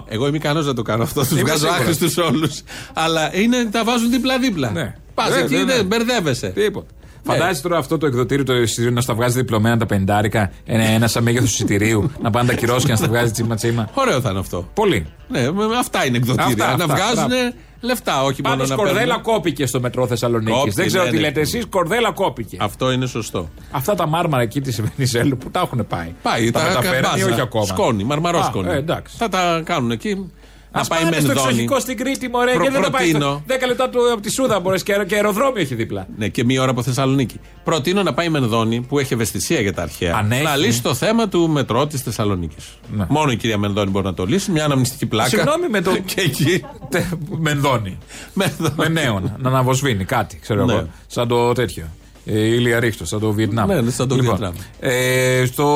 [SPEAKER 3] Α8.
[SPEAKER 2] Εγώ είμαι ικανός να το κάνω αυτό. Τους
[SPEAKER 3] Είμαι
[SPEAKER 2] βγάζω
[SPEAKER 3] σίγουρος.
[SPEAKER 2] άχρηστους όλους. Αλλά είναι, τα βάζουν δίπλα-δίπλα.
[SPEAKER 3] Ναι.
[SPEAKER 2] Πας
[SPEAKER 3] Ναι,
[SPEAKER 2] εκεί,
[SPEAKER 3] ναι, ναι.
[SPEAKER 2] δεν μπερδεύεσαι.
[SPEAKER 3] Τίποτα.
[SPEAKER 2] Ναι.
[SPEAKER 3] Φαντάζεσαι τώρα αυτό το εκδοτήριο το εισιτήριο να στα βγάζει διπλωμένα τα πεντάρικα, ένα, ένα σαν μέγεθος εισιτηρίου, να πάνε τα κυρώσει και να στα βγάζει τσίμα-τσίμα.
[SPEAKER 2] Ωραίο θα είναι αυτό.
[SPEAKER 3] Πολύ.
[SPEAKER 2] Ναι, με- με- αυτά είναι εκδοτήρια.
[SPEAKER 3] Αυτά, αυτά,
[SPEAKER 2] να βγάζουν
[SPEAKER 3] μπράβο.
[SPEAKER 2] λεφτά, όχι
[SPEAKER 3] Πάντω
[SPEAKER 2] μόνο να
[SPEAKER 3] κορδέλα
[SPEAKER 2] παίρνουν.
[SPEAKER 3] κόπηκε στο μετρό Θεσσαλονίκης.
[SPEAKER 2] Κόπηκε,
[SPEAKER 3] Δεν ξέρω
[SPEAKER 2] ναι,
[SPEAKER 3] τι
[SPEAKER 2] ναι.
[SPEAKER 3] λέτε εσείς, κορδέλα κόπηκε.
[SPEAKER 2] Αυτό είναι σωστό.
[SPEAKER 3] Αυτά τα μάρμαρα εκεί της Βενιζέλου που τα έχουν πάει.
[SPEAKER 2] Πάει, τα,
[SPEAKER 3] μεταφέρνει
[SPEAKER 2] καμπάζα,
[SPEAKER 3] ή όχι ακόμα.
[SPEAKER 2] Σκόνη, μαρμαρό
[SPEAKER 3] Α,
[SPEAKER 2] σκόνη.
[SPEAKER 3] ε, εντάξει.
[SPEAKER 2] Θα τα κάνουν εκεί.
[SPEAKER 3] Α
[SPEAKER 2] να πάει
[SPEAKER 3] πάνε στο
[SPEAKER 2] μενδόνι.
[SPEAKER 3] εξοχικό στην Κρήτη, μωρέ,
[SPEAKER 2] Προ-
[SPEAKER 3] και δεν θα πάει. στο-
[SPEAKER 2] προτείνω.
[SPEAKER 3] 10 λεπτά του, από τη Σούδα μπορείς και, αερο- και αεροδρόμιο έχει δίπλα.
[SPEAKER 2] Ναι, και μία ώρα από Θεσσαλονίκη. Προτείνω να πάει Μενδόνη που έχει ευαισθησία για τα αρχαία.
[SPEAKER 3] Αν έχει.
[SPEAKER 2] Να λύσει το θέμα του μετρό της Θεσσαλονίκης.
[SPEAKER 3] Ναι.
[SPEAKER 2] Μόνο η κυρία Μενδόνη μπορεί να το λύσει. Μια αναμνηστική πλάκα.
[SPEAKER 3] Συγγνώμη με το.
[SPEAKER 2] Και εκεί.
[SPEAKER 3] Τε- Μενδώνει.
[SPEAKER 2] Μενδόνη.
[SPEAKER 3] με νέον. Να αναβοσβήνει κάτι, ξέρω
[SPEAKER 2] Ναι.
[SPEAKER 3] εγώ. Σαν το τέτοιο. Ε, Ηλία Ρίχτος, σαν το Βιετνάμ.
[SPEAKER 2] Ναι, ναι, σαν το
[SPEAKER 3] Λοιπόν,
[SPEAKER 2] Βιετνάμ.
[SPEAKER 3] Ε, στο,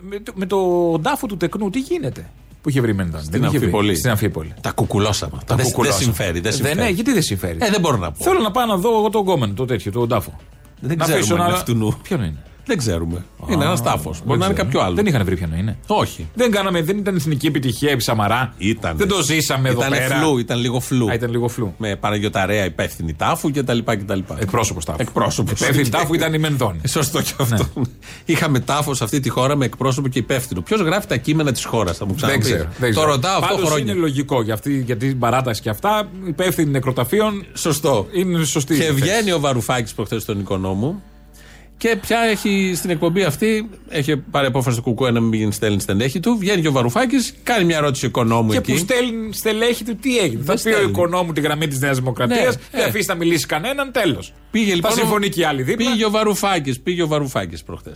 [SPEAKER 3] με, το, με το τάφο του τεκνού, τι γίνεται. Που είχε βρει Μενδώνη.
[SPEAKER 2] Στην Αμφίπολη.
[SPEAKER 3] Στην Αμφίπολη.
[SPEAKER 2] Τα κουκουλώσαμε.
[SPEAKER 3] Τα
[SPEAKER 2] δεν, δεν
[SPEAKER 3] κουκουλώσαμε.
[SPEAKER 2] συμφέρει. Δεν, συμφέρει.
[SPEAKER 3] ναι, γιατί δεν συμφέρει.
[SPEAKER 2] Ε, δεν μπορώ να πω.
[SPEAKER 3] Θέλω να πάω να δω εγώ τον κόμενο, το τέτοιο, τον τάφο.
[SPEAKER 2] Δεν
[SPEAKER 3] να
[SPEAKER 2] ξέρουμε αν
[SPEAKER 3] να-
[SPEAKER 2] είναι αυτού νου.
[SPEAKER 3] Ποιον είναι.
[SPEAKER 2] Δεν ξέρουμε. είναι ένας τάφος. Μπορεί να είναι κάποιο άλλο.
[SPEAKER 3] Δεν είχαν βρει ποιον είναι.
[SPEAKER 2] Όχι.
[SPEAKER 3] Δεν, κάναμε, δεν ήταν εθνική επιτυχία επί Σαμαρά.
[SPEAKER 2] Ήτανε.
[SPEAKER 3] Δεν το ζήσαμε εδώ
[SPEAKER 2] Ήτανε
[SPEAKER 3] πέρα.
[SPEAKER 2] φλού, ήταν λίγο φλού.
[SPEAKER 3] Α, ήταν λίγο φλού.
[SPEAKER 2] Με Παναγιοταρέα υπεύθυνη τάφου κτλ. κτλ.
[SPEAKER 3] Εκπρόσωπος τάφου.
[SPEAKER 2] Εκπρόσωπος. Ε,
[SPEAKER 3] Υπεύθυνη τάφου ήταν η Μενδώνη. Ναι.
[SPEAKER 2] Σωστό και αυτό. Είχαμε τάφο σε αυτή τη χώρα με εκπρόσωπο και υπεύθυνο. Ποιος γράφει τα κείμενα της χώρας, θα μου
[SPEAKER 3] Δεν
[SPEAKER 2] ξαναπεί.
[SPEAKER 3] ξέρω. δεν
[SPEAKER 2] Το
[SPEAKER 3] ξέρω.
[SPEAKER 2] ρωτάω αυτό
[SPEAKER 3] Πάντως
[SPEAKER 2] χρόνια.
[SPEAKER 3] είναι λογικό για, αυτή, για την παράταση και αυτά. Υπεύθυνοι νεκροταφείων.
[SPEAKER 2] Σωστό.
[SPEAKER 3] Είναι σωστή. η
[SPEAKER 2] Και
[SPEAKER 3] θέση.
[SPEAKER 2] βγαίνει ο Βαρουφάκης προχθές στον οικονό μου και πια έχει στην εκπομπή αυτή, έχει πάρει απόφαση του Κουκουέ να μην πηγαίνει στέλνει στελέχη του. Βγαίνει και ο Βαρουφάκης, κάνει μια ερώτηση οικονόμου
[SPEAKER 3] Και
[SPEAKER 2] εκεί.
[SPEAKER 3] που στέλνει στελέχη του τι έγινε. Θα πει ο
[SPEAKER 2] στέλνει.
[SPEAKER 3] οικονόμου τη γραμμή της Νέας Δημοκρατίας,
[SPEAKER 2] Ναι,
[SPEAKER 3] δεν
[SPEAKER 2] ε.
[SPEAKER 3] αφήσει να μιλήσει κανέναν, τέλος.
[SPEAKER 2] Πήγε λοιπόν.
[SPEAKER 3] Θα συμφωνεί και οι άλλοι δίπλα.
[SPEAKER 2] Πήγε ο Βαρουφάκης, πήγε ο Βαρουφάκης προχθές.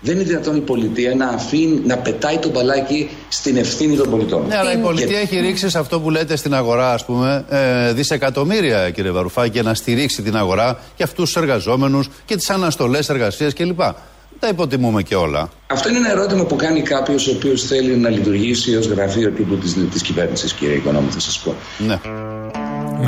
[SPEAKER 27] Δεν είναι δυνατόν η πολιτεία να, αφήνει, να πετάει το μπαλάκι στην ευθύνη των πολιτών.
[SPEAKER 26] Ναι, αλλά η
[SPEAKER 27] Και-
[SPEAKER 26] πολιτεία έχει ρίξει σε αυτό που λέτε στην αγορά, ας πούμε, ε, δισεκατομμύρια, κύριε Βαρουφάκη, για να στηρίξει την αγορά για αυτούς τους εργαζόμενους και τις αναστολές εργασίας κλπ. Δεν τα υποτιμούμε και όλα.
[SPEAKER 27] Αυτό είναι ένα ερώτημα που κάνει κάποιος ο οποίος θέλει να λειτουργήσει ως γραφείο τύπου της της κυβέρνησης, κύριε Οικονόμου, θα σας πω.
[SPEAKER 26] Ναι.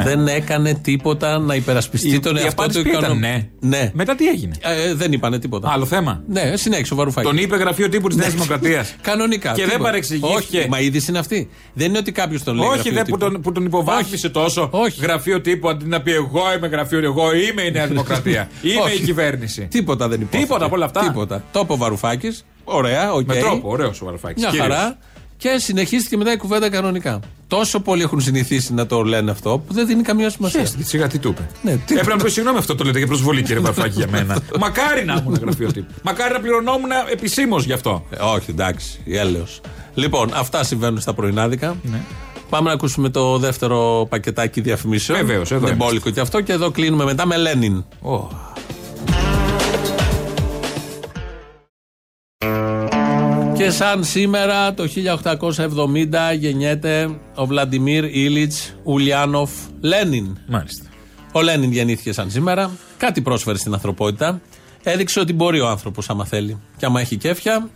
[SPEAKER 2] Δεν έκανε τίποτα να υπερασπιστεί
[SPEAKER 3] Η-
[SPEAKER 2] τον
[SPEAKER 3] η
[SPEAKER 2] εαυτό
[SPEAKER 3] απάντηση
[SPEAKER 2] του.
[SPEAKER 3] ποια ήταν,
[SPEAKER 2] οικονο-
[SPEAKER 3] ναι.
[SPEAKER 2] ναι.
[SPEAKER 3] Μετά τι έγινε.
[SPEAKER 2] Ε, δεν είπανε τίποτα.
[SPEAKER 3] Άλλο θέμα.
[SPEAKER 2] Ναι, συνέχισε ο Βαρουφάκη.
[SPEAKER 3] Τον είπε γραφείο τύπου της Νέας Δημοκρατίας.
[SPEAKER 2] Κανονικά.
[SPEAKER 3] Και
[SPEAKER 2] τίποτα.
[SPEAKER 3] δεν παρεξηγήθηκε.
[SPEAKER 2] Όχι, μα η είδηση είναι αυτή. Δεν είναι ότι κάποιος τον λέει.
[SPEAKER 3] Όχι,
[SPEAKER 2] γραφείο
[SPEAKER 3] δε
[SPEAKER 2] τύπου.
[SPEAKER 3] που τον, που τον υποβάθμισε τόσο γραφείο τύπου αντί να πει εγώ είμαι γραφείο, εγώ είμαι η Νέα Δημοκρατία. είμαι
[SPEAKER 2] Όχι.
[SPEAKER 3] η κυβέρνηση.
[SPEAKER 2] Τίποτα δεν υπάρχει.
[SPEAKER 3] Τίποτα από όλα αυτά.
[SPEAKER 2] Τίποτα. Το είπε ο Βαρουφάκης. Ωραία, οκ.
[SPEAKER 3] Με τρόπο, ωραίος ο Βαρουφάκης.
[SPEAKER 2] Μια χαρά. Και συνεχίστηκε μετά η κουβέντα κανονικά. Τόσο πολλοί έχουν συνηθίσει να το λένε αυτό που δεν δίνει καμία σημασία.
[SPEAKER 3] Σιγά τι του είπε.
[SPEAKER 2] Ναι, τι- Ναι.
[SPEAKER 3] Έπρεπε να πει συγγνώμη αυτό το λέτε για προσβολή, κύριε Βαρουφάκη, για μένα. Μακάρι να ήμουν γραφείο τύπου. Μακάρι να πληρωνόμουν επισήμως γι' αυτό.
[SPEAKER 2] Ε, όχι, εντάξει, η έλεος. Λοιπόν, αυτά συμβαίνουν στα πρωινάδικα.
[SPEAKER 3] Ναι.
[SPEAKER 2] Πάμε να ακούσουμε το δεύτερο πακετάκι διαφημίσεων. Βεβαίως, εδώ. Είναι μπόλικο και αυτό και εδώ κλείνουμε μετά με Λένιν. Και σαν σήμερα το 1870 γεννιέται ο Βλαντιμίρ Ήλιτς Ουλιάνοφ Λένιν.
[SPEAKER 3] Μάλιστα.
[SPEAKER 2] Ο Λένιν γεννήθηκε σαν σήμερα. Κάτι πρόσφερε στην ανθρωπότητα. Έδειξε ότι μπορεί ο άνθρωπος, άμα θέλει. Και άμα έχει κέφια,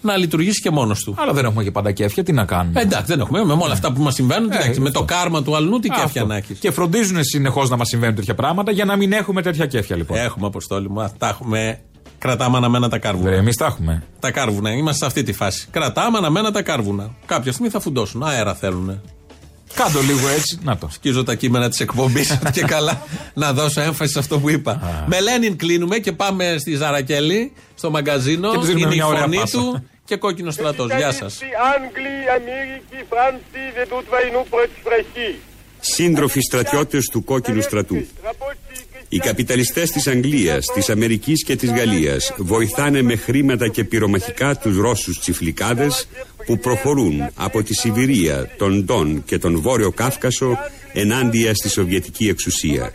[SPEAKER 2] να λειτουργήσει και μόνος του.
[SPEAKER 3] Αλλά δεν έχουμε και πάντα κέφια, τι να κάνουμε.
[SPEAKER 2] Ε, εντάξει, δεν έχουμε. Με όλα αυτά που μας συμβαίνουν, τι να έχεις. με το κάρμα του αλλού, τι Ε, κέφια
[SPEAKER 3] Αυτό.
[SPEAKER 2] να έχεις.
[SPEAKER 3] Και φροντίζουν συνεχώς να μας συμβαίνουν τέτοια πράγματα για να μην έχουμε τέτοια κέφια λοιπόν.
[SPEAKER 2] Έχουμε αποστόλη μου. Α, Τα έχουμε. Κρατάμε αναμένα τα κάρβουνα.
[SPEAKER 3] Εμείς τα έχουμε.
[SPEAKER 2] Τα κάρβουνα, είμαστε σε αυτή τη φάση. Κρατάμε αναμένα τα κάρβουνα. Κάποια στιγμή θα φουντώσουν. Αέρα θέλουν.
[SPEAKER 3] Κάντο λίγο έτσι. Να το.
[SPEAKER 2] Σκίζω τα κείμενα της εκπομπής και καλά να δώσω έμφαση σε αυτό που είπα. Με Λένιν κλείνουμε και πάμε στη Ζαρακέλη, στο μαγκαζίνο.
[SPEAKER 3] Και τους δίνουμε
[SPEAKER 2] Είναι η
[SPEAKER 3] μια ωραία
[SPEAKER 2] φωνή
[SPEAKER 3] πάσα.
[SPEAKER 2] του και κόκκινο στρατός. Γεια σα.
[SPEAKER 9] Άγγλοι, Αμερική, Φράνση, δεν του βαϊνού πρώτης βραχή.
[SPEAKER 25] Σύντροφοι στρατιώτες του κόκκινου στρατού. Οι καπιταλιστές της Αγγλίας, της Αμερικής και της Γαλλίας βοηθάνε με χρήματα και πυρομαχικά τους Ρώσους τσιφλικάδες που προχωρούν από τη Σιβηρία, τον Ντόν και τον Βόρειο Κάφκασο ενάντια στη Σοβιετική εξουσία.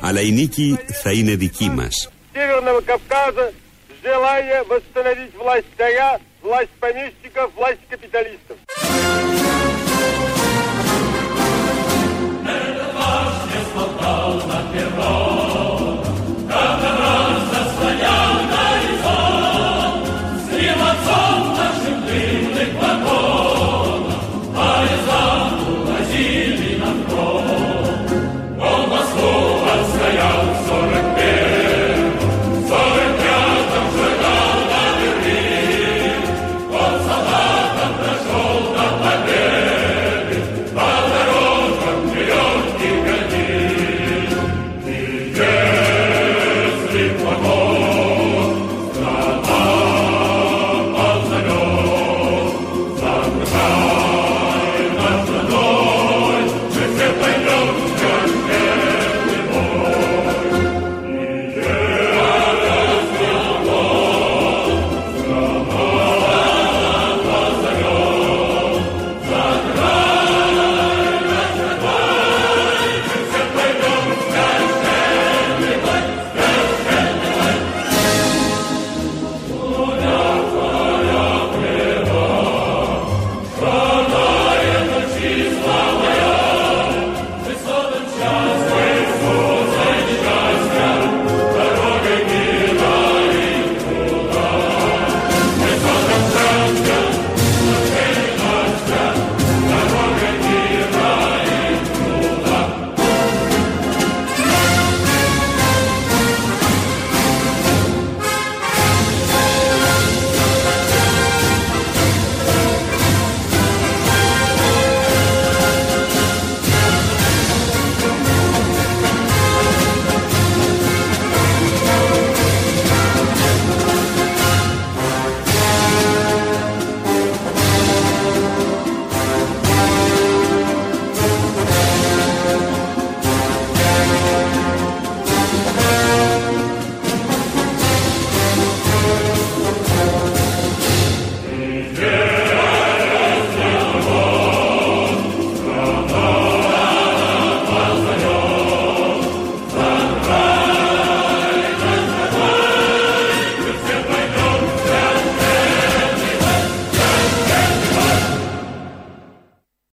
[SPEAKER 25] Αλλά η νίκη θα είναι δική μας.
[SPEAKER 9] Северного Кавказа, желая восстановить власть царя, власть помещиков, власть капиталистов.